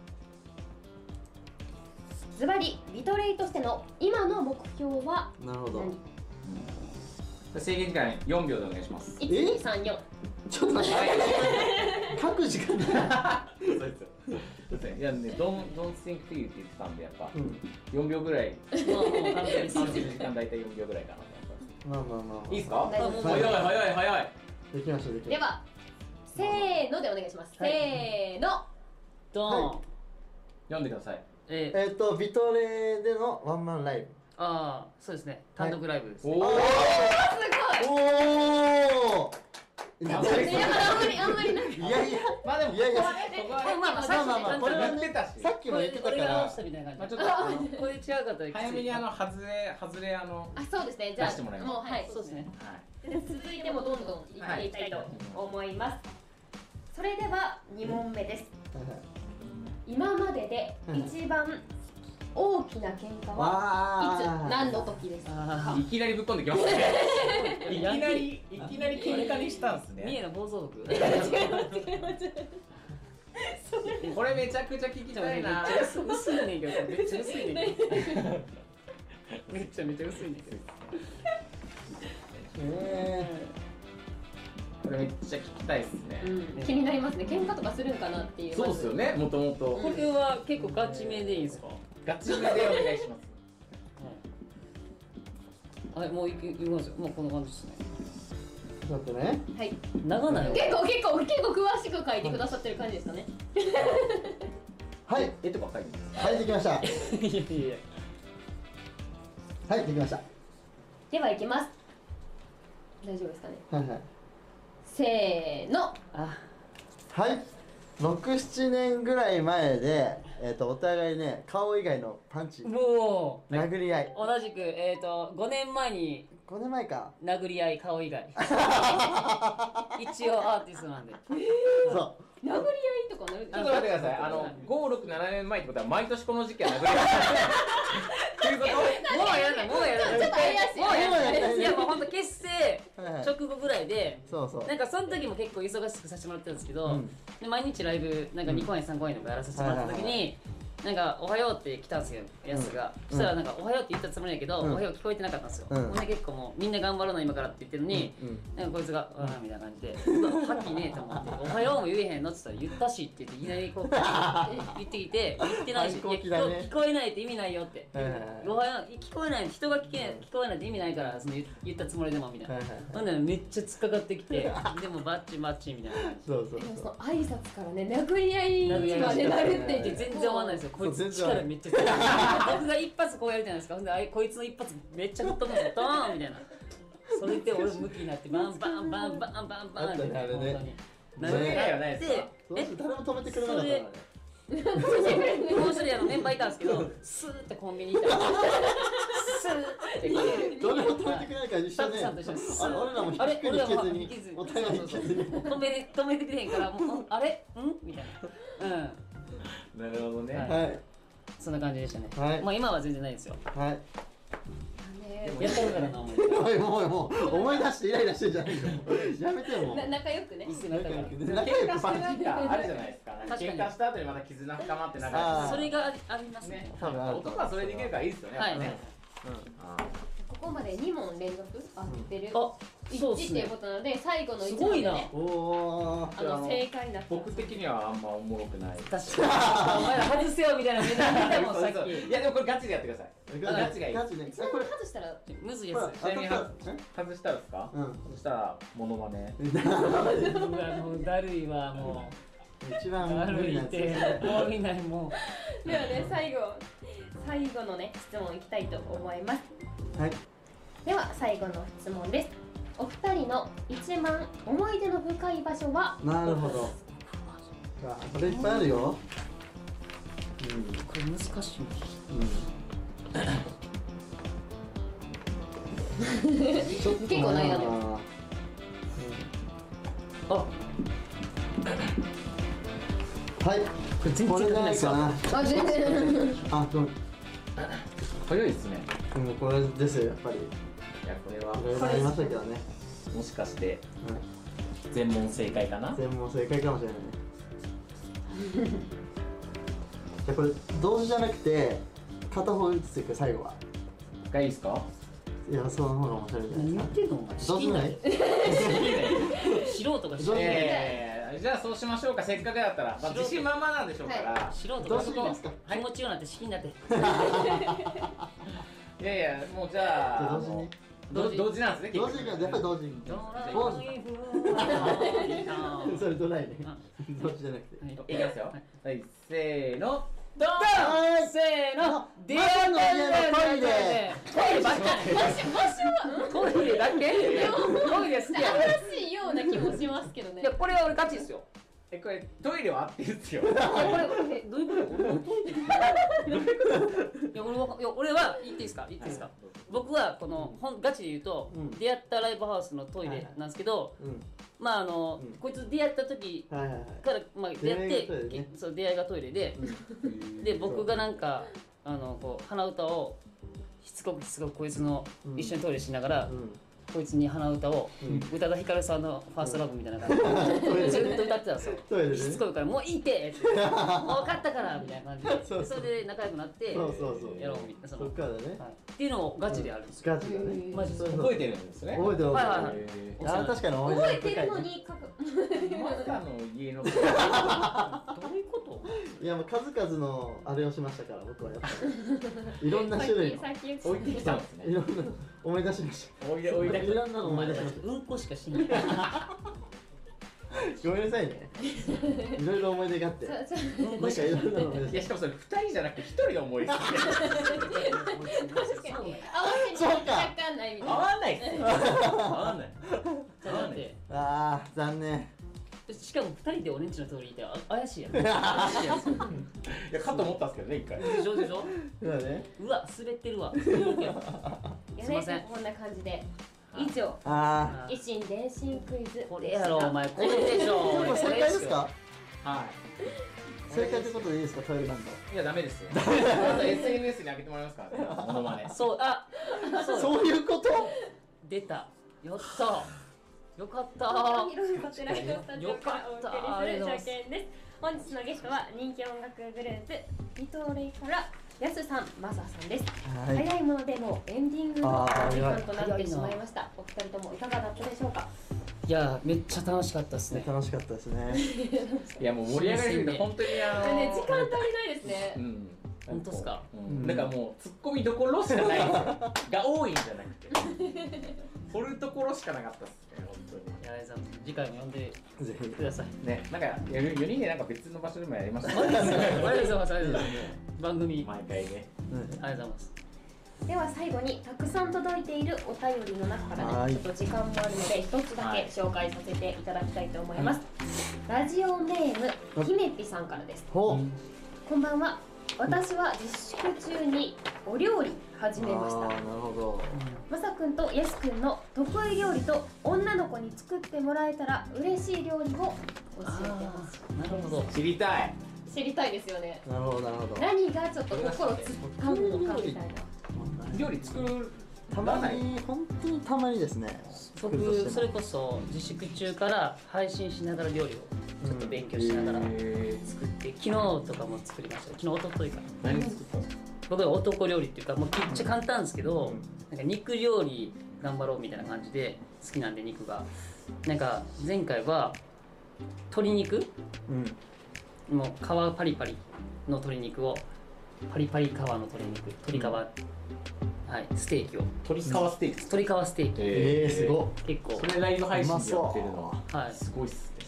ズバリリトレイとしての今の目標はなるほど何制限時間4秒でお願いします。 1234ちょっと待っはい、て書く時間ないそうですそうですいやね、ドン、ドンスティンクリーって言ってたんで、やっぱうん4秒ぐらい、まあもう完璧です3時間大体4秒ぐらいかなと思いままあまあまあ、まあ、す。いいですか大丈夫はい早い早い早い。できましたできまでしたはせーのでお願いします、はいせーのドはン読んでください。えーえっ、とビトレーでのワンマンライああそうですね単独ライブですおねお。ブおおいあやんまりいあんまりあんまりないやいやまあでも、いやいやここはね、まあまあさっきまあまあまあこれは言ってたし。さっきこも言れってこたかれが直しらたみたいなまあ感ちじょっとあのこれ違うかったらきつい早めにあの外れ外れあのあそうですねじゃあ出してもらいますうはいそうですね続いてもどんどんいっていきたいと思います、それでは2問目です今までで一番大きな喧嘩はわいつー何の時ですかあいきなりぶっこんできました ねあいきなりいきなり喧嘩にしたんです三重ねの暴走族これめちゃくちゃ聞きめちゃたいめちなゃ薄いねんけどこれめっちゃ薄いねんけどめちゃめちゃ薄いねんけどえこれめっちゃ聞きたいですねうん気になりますね喧嘩とかするんかなっていうそうっすよねもともとこれは結構ガチめでいいんですかガチめでお願いし ますはいもういきいきますよもうこんな感じですねー、ちょっとねはい長ないよ結構結構結構詳しく書いてくださってる感じですかねはいえとか書いてますはいできましたはいいやいやできましたではいきます大丈夫ですかねはいはいせーのあはい67年ぐらい前で、えっとお互いね顔以外のパンチもう殴り合い同じくえっ、と5年前に5年前か殴り合い顔以 外一応アーティストなんでそ殴り合いとかなるでちしょょっと待ってくださいあの567年前ってことは毎年この時期は殴り 合ってるというこもうやだもうやだちょっと怪しいもうやもうやだだいやもうほんと結成うはいはい直後ぐらいでそうそうなんかその時も結構忙しくさせてもらってたんですけど、うんで毎日ライブなんか2公演3公演とかやらさせてもらった時はいはに、なんか「おはよう」って来たんですよやつが、そしたらなんか「おはよう」って言ったつもりやけど、うんおはよう聞こえてなかったんですよ、うんほんで結構もうみんな頑張ろうな今からって言ってるのに、うんなんかこいつが「うん」みたいな感じで「うわはっきりねえ」と思って「おはよう」も言えへんのって言ったら「言ったし」って言っていきなりこ う言ってきて「言ってないし、反抗期だねいや聞こ聞こえないって意味ないよ」って「はいはいはいおはよう」聞こえない人が聞け聞こえないって意味ないからその言言ったつもりでもみたいなはいはいはいほんならめっちゃ突っかかってきてでもバッチバッチみたいな感じそうそうでもそそのう挨拶からね殴り合いにまでなるって言ってで全然合わないですよこいそつう全然合わな力いめっちゃ強い僕が一発こうやるじゃないですかほんであいこいつの一発めっちゃ吹っ飛ぶんですよドーンみたいなそれで俺向きになってバンバンバンバンバンバンバンあっってたねあれねなそれ以外はないですかそうして誰も止めてくれなかったからねえもう一人あのメンバーいたんですけどスーッてコンビニ行ったんですよスーッて誰も止めてくれないから一緒ねスタッフさんと一緒ですあの俺らも引あれくに引けず俺らも引けにお互い引けずずに止めて止めてくれへんからもうあれんみたいなうんとなるほどね、ははいそんな感じでしたね、はいまあ今は全然ないですよはいねやったるからな思いおいおいもうもう思い出してイライラしてんじゃないよやめてよもうな仲良くね店の中から仲良くパンなんかあるじゃないですかなんか確か喧に嘩した後にまた絆深まってなんあーかそれがあありますねね多分あると思う男はそれできるからいいですよね、はやっいぱねねうんあここまで2問連続あってるあそうで1ってすいねうことなので最後のす1ごいな問でねおーあの正解になっーてま僕す的にはあんまおもろくない確かにお前ら外せよみたいな目で見たもんさっ嘘嘘いやでもこれガチでやってくださいガチがいいガチねちなあみこれに外したらきむずいやほらつ当たったえ外したんですか、うんそしたらモノマネうわもうだるいわも一うだ番無る理いなっやつてもう見ないもではね最後最後のね質問いきたいと思いますはいでは最後の質問ですお二人の一番思い出の深い場所はなるほどうわこれいっぱいあるようこれ難しいもんちょっと結構悩んでまああこはいれ全こ然れじゃないかなあ全然あでも早いですねでもこれですよやっぱりいいやこれはろいろありましたけどねもしかして全問正解かな全問正解かもしれないねいやこれ同時じゃなくて片方ずついく最後はがいいです かいやその方が面白いじゃない何で言すっかどうてんのお前すんない素人が知どうすんないえー、じゃあそうしましょうかせっかくだったら、まあ、自信満々なんでしょうから、素人どがうすんないですか気持ちようになって資金にな ってい、やいやもうじゃあじゃあ同時に同時同時なんですね同時にやっぱり同時にドライボンブ はいいなそれドライねあ同時じゃなくてはいいきますよはいせーのドンはいせーのディマサの家のトイレトイレばっかりトイレだけトイレ好きやね正しいような気もしますけどねいやこれは俺ガチですよえこれトイレはあってるっすよこれえどういうこと俺もトイレいや俺はいや俺は言っていいですか言っていいですか僕はこのほんガチで言うとうん出会ったライブハウスのトイレなんですけどうんまああのうんこいつ出会った時はいはいはいからまあ出会っ出会いがトイレてねけそう出会いがトイレでで僕がなんかあのこう鼻歌をしつこくしつこくこいつのうん一緒にトイレしながら、うんこいつに鼻歌をうん宇多田ヒカルさんの「ファーストラブみたいな感じトイレでずでっねと歌ってたんですよ。トイレでねしつこいから「もういいって!」って「もう分かったから」みたいな感じで そうそれで仲良くなってそうそうそうやろうみたいなそそのっからねはいっていうのをガチでやるんですよ。ガチだねマジでそうそう覚えてるんですね覚えてるはい覚はえいはていえーるあれ確かに思い出覚え深いてるのねに書くまさの家のどういうこといやもう数々のあれをしましたから僕はやっぱりいろんな種類のさっきさっき置いてきたんですねいろんな思い出しましおいたでおいでいろんなのお思い前出たしちましうんこしかしないたごめんなさいねいろいろ思い出があってなんそうそううんこしかかいしろないんないの思い出やししかもそれ二人じゃなくて一人が重いですね確かに合わせそうにか若干ないみたい合なわないっすよ合わないじゃあだってたあー残念しかも二人で俺んちの通りってあ怪しい やん怪しいやんいやかと思ったんですけどね一回でしょでしょそうだねうわ滑ってるわや すいませんねこんな感じで以上あ維新伝心クイズこれやろお前これでしょーこれ正解ですかは正解ってことでいいですかトイレバンいいやダメですよ また SNS に上げてもらいますからねモノマネそうあドそうそういうこと出たやったよかった広いこちらのスタジオからお送りするよかった初見です本日のゲストは人気音楽グループリトレイからやすさんまささんです、はい早いものでもうエンディングのおあー時間早いとなってしまいましたお二人ともいかがだったでしょうかいやめっちゃ楽しかったですね楽しかったですねいやもう盛り上がりすぎて本当にあのね時間足りないですねうん本当っすかうんなんかもうツッコミどころしかないんですよが多いんじゃなくて 掘るところしかなかったっすね本当にやれさん次回も呼んでぜひくださいね、なんか4人でなんか別の場所でもやりましたありがとうございねますありがとうございます番組あ 毎回ねりがとうございますでは最後にたくさん届いているお便りの中かはらいねちょっと時間もあるので一つだけ紹介させていただきたいと思います、ラジオネームひめぴさんからですほうこんばんは私は自粛中にお料理始めましたあーなるほどまさくんとやすくんの得意料理と女の子に作ってもらえたら嬉しい料理を教えてあますーなるほど知りたい知りたいですよねなるほどなるほど何がちょっと心つかむのかみたいな料理作るたまに本当にたまにですね作るとして僕もそれこそ自粛中から配信しながら料理をちょっと勉強しながら作って、昨日とかも作りました昨日一昨日かな何作ったの僕は男料理っていうかもうめっちゃ簡単ですけど、なんか肉料理頑張ろうみたいな感じで好きなんで肉がなんか前回は鶏肉うんもう皮パリパリの鶏肉をパリパリ皮の鶏肉鶏皮、はいステーキを鶏皮ステーキ鶏皮ステーキえー、すごっ結構それライブ配信でやってるうのまはいすごいっすね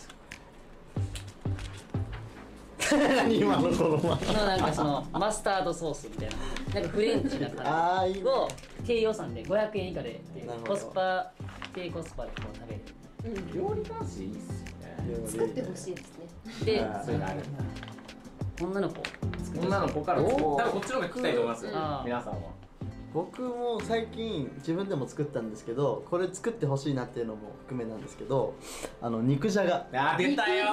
何 今の子供はのなんかそのマスタードソースみたいななんかフレンチな感ああいいじねを低予算で500円以下でっていうなるほどコスパ低コスパでこう食べる料理男子いいっす作よねってほしいですねであーそういうのある女の子女の子から多分こっちの方が聞きたいと思いますようんあー皆さんは僕も最近自分でも作ったんですけどこれ作ってほしいなっていうのも含めなんですけどあの肉じゃがあー出たよ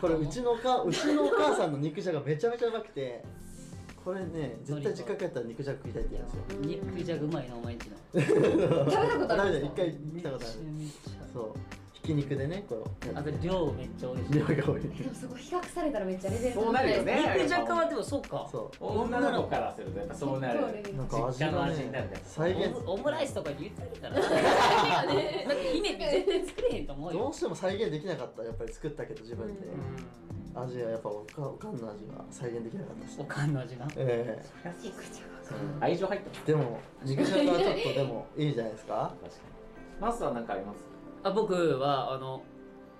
これうちのおかうちのお母さんの肉じゃがめちゃめちゃうまくてこれね絶対実家帰ったら肉じゃが食いたいって言うんですよ肉じゃがうまいなお前んちの食べたことあだるめんですだ一か回見たことあるそうひき肉でねこれあと量めっちゃ多いし量が多いでもそこ比較されたらめっちゃレベルそうなるよね肉じゃがはでもそうかそう女の子からするとやっぱそうなるなんか味実家のが味になるねね再現オムオムライスとか言ってるからなんか姫絶対作れへんと思うどようしても再現できなかったやっぱり作ったけど自分でううん味はやっぱおかおかんの味は再現できなかったですおかんの味なえ愛情入ってまえでも肉じゃがはちょっとでもいいじゃないですかす確かにマスは何かありますあ僕はあの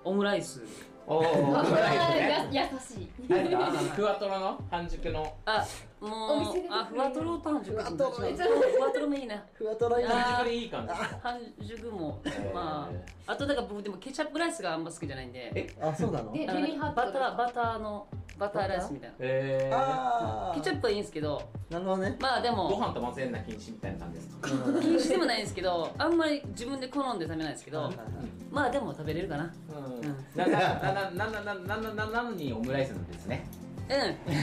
オムライスおお何や優しいかあのクワトロの半熟のあ、もおう店で、あ、ふわとろパン熟。ふわとろもちろんふわとろもいいな。ふわとろいいな半熟でいい感じ半熟もえ、ーまあ、あとだから、僕でもケチャップライスがあんま好きじゃないんで。あそうなのであのミニハットバター、バターの、バターライスみたいな。えーああケチャップはいいんですけど、なるほどねまあ、でごも。飯と混ぜんな禁止みたいな感じですか禁止でもないんですけど、あんまり自分で好んで食べないんですけはどい。はいはいまあ、でも食べれるかな。うんなななななななななのにオムライスなんです ねうん。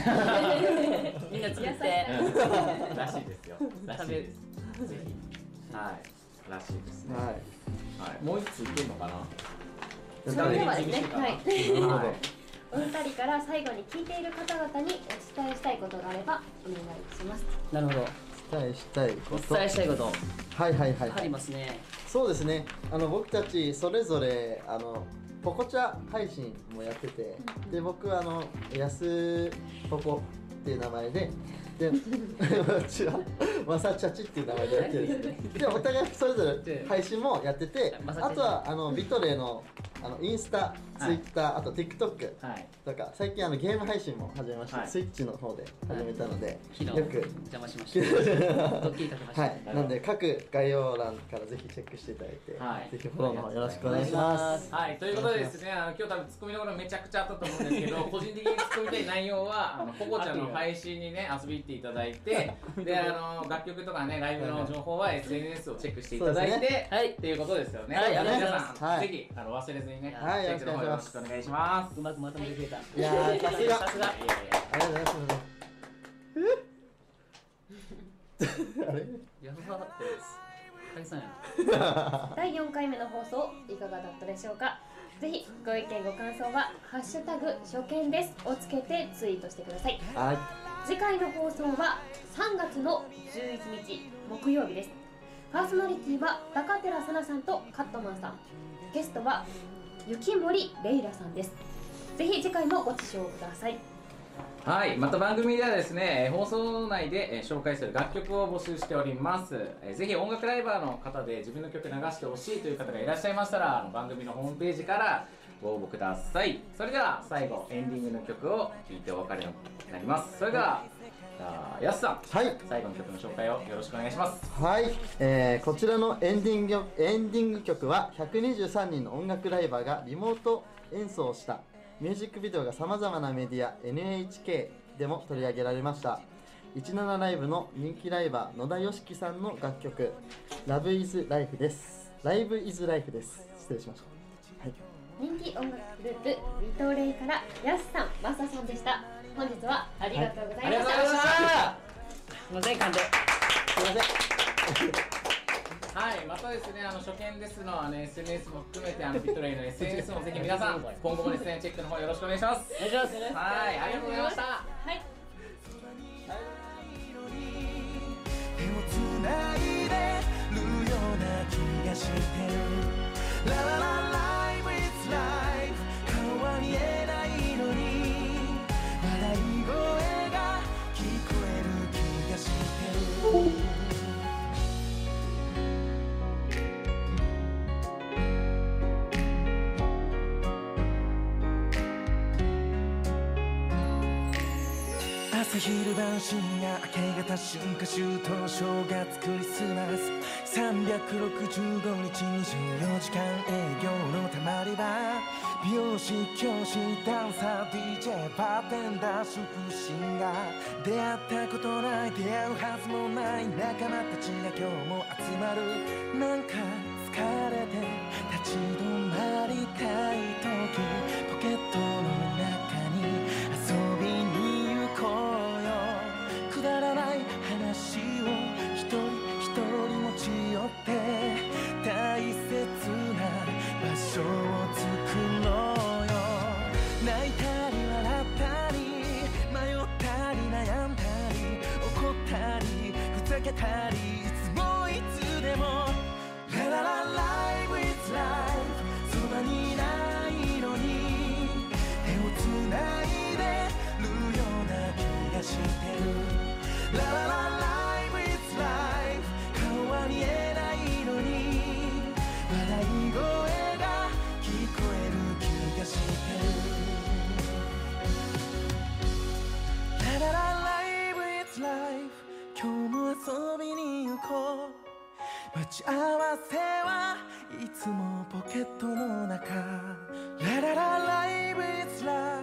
みんな作って。うんらしいですよ。らしい食べでるす。ぜひ。はい。らしいですね。はいはい。もう一ついけるのかな。それではですね二人はいに一緒かなはいお二人から最後に聞いている方々にお伝えしたいことがあればお願いしますなるほど。お伝えしたいこおとは伝えいしたいこと。はいはいはい、ありますね。そうですねあの僕たちそれぞれあのポコチャ配信もやってて、で僕はあの安ポコっていう名前でで 違うマサチャチっていう名前でやってるんですね でお互いそれぞれ配信もやっててマサチャチあとはあのビトレのあのインスタいツイッターあと TikTok はい。とか最近あのゲーム配信も始めました、はいスイッチの方で始めたので、昨日。よく邪魔しました。ドッキリかけました。はい、なんで各概要欄からぜひチェックしていただいて、はいぜひフォローの方よろしくお願いします。はい、ということでですね、あの今日多分ツッコミどころめちゃくちゃあったと思うんですけ ど、個人的にツッコみたい内容は、あのココちゃんの配信にね、遊びに行っていただいて、 で、あの楽曲とかね、ライブの情報は SNS をチェックしていただいそうですて、はいっていうことですよね。はいありがとうござい皆ましたさん、はぜいひあの忘れずにね、はいチェックの方よろしくお願いします。うまくまとめてくれた。いやー、さすが、さあすが。りがとうございます。 あれやばかったです。解散やな。第4回目の放送いかがだったでしょうかぜひご意見ご感想は「ハッシュタグ初見です」をつけてツイートしてくださいはい、次回の放送は3月の11日木曜日ですパーソナリティは高寺さなさんとカットマンさんゲストは雪森レイラさんですぜひ次回もご視聴くださいはい、また番組ではですね、えー放送内でえー紹介する楽曲を募集しております。えーぜひ音楽ライバーの方で自分の曲流してほしいという方がいらっしゃいましたら、あの番組のホームページからご応募ください。それでは最後、エンディングの曲を聴いてお別れになります。それでは、じゃあやすさん、はい、最後の曲の紹介をよろしくお願いします。はい、えーこちらのエンディングエンディング曲は123人の音楽ライバーがリモート演奏をしたミュージックビデオがさまざまなメディア NHK でも取り上げられました17ライブの人気ライバー野田佳樹さんの楽曲「Love is Life」です「Live is Life」です失礼しました人気音楽グループリトレイからやすさんマサさんでした本日はありがとうございました、したすいません、鑑定。すいませんはい、またですね、あの初見ですの、あの SNS も含めて、あのビットレイの SNS もぜひ皆さん、今後もですね、チェックの方よろしくお願いします。お願いしますはい、ありがとうございました。手をつないでるような気がしてるラララライブ is life 顔は見えないのに笑い声が聞こえる気がしてる朝昼晩深夜明け方春夏秋冬正月クリスマス365日24時間営業のたまり場美容師教師ダンサー DJ バーテンダー主婦シンガー出会ったことない出会うはずもない仲間たちが今日も集まるなんか疲れて立ち止まりたい時ポケットの中に遊びに行こうよくだらない話を一人一人持ち寄って大切な場所を作ろうよ泣いたり笑ったり迷ったり悩んだり怒ったりふざけたりいつもいつでもラララライブ is life そばにいないのに手をつないでるような気がしてるラララライブ is life 顔は見えないのに笑い声が聞こえる気がしてるラララライブ is life 今日も遊びに行こう待ち合わせはいつもポケットの中ラララライブ is life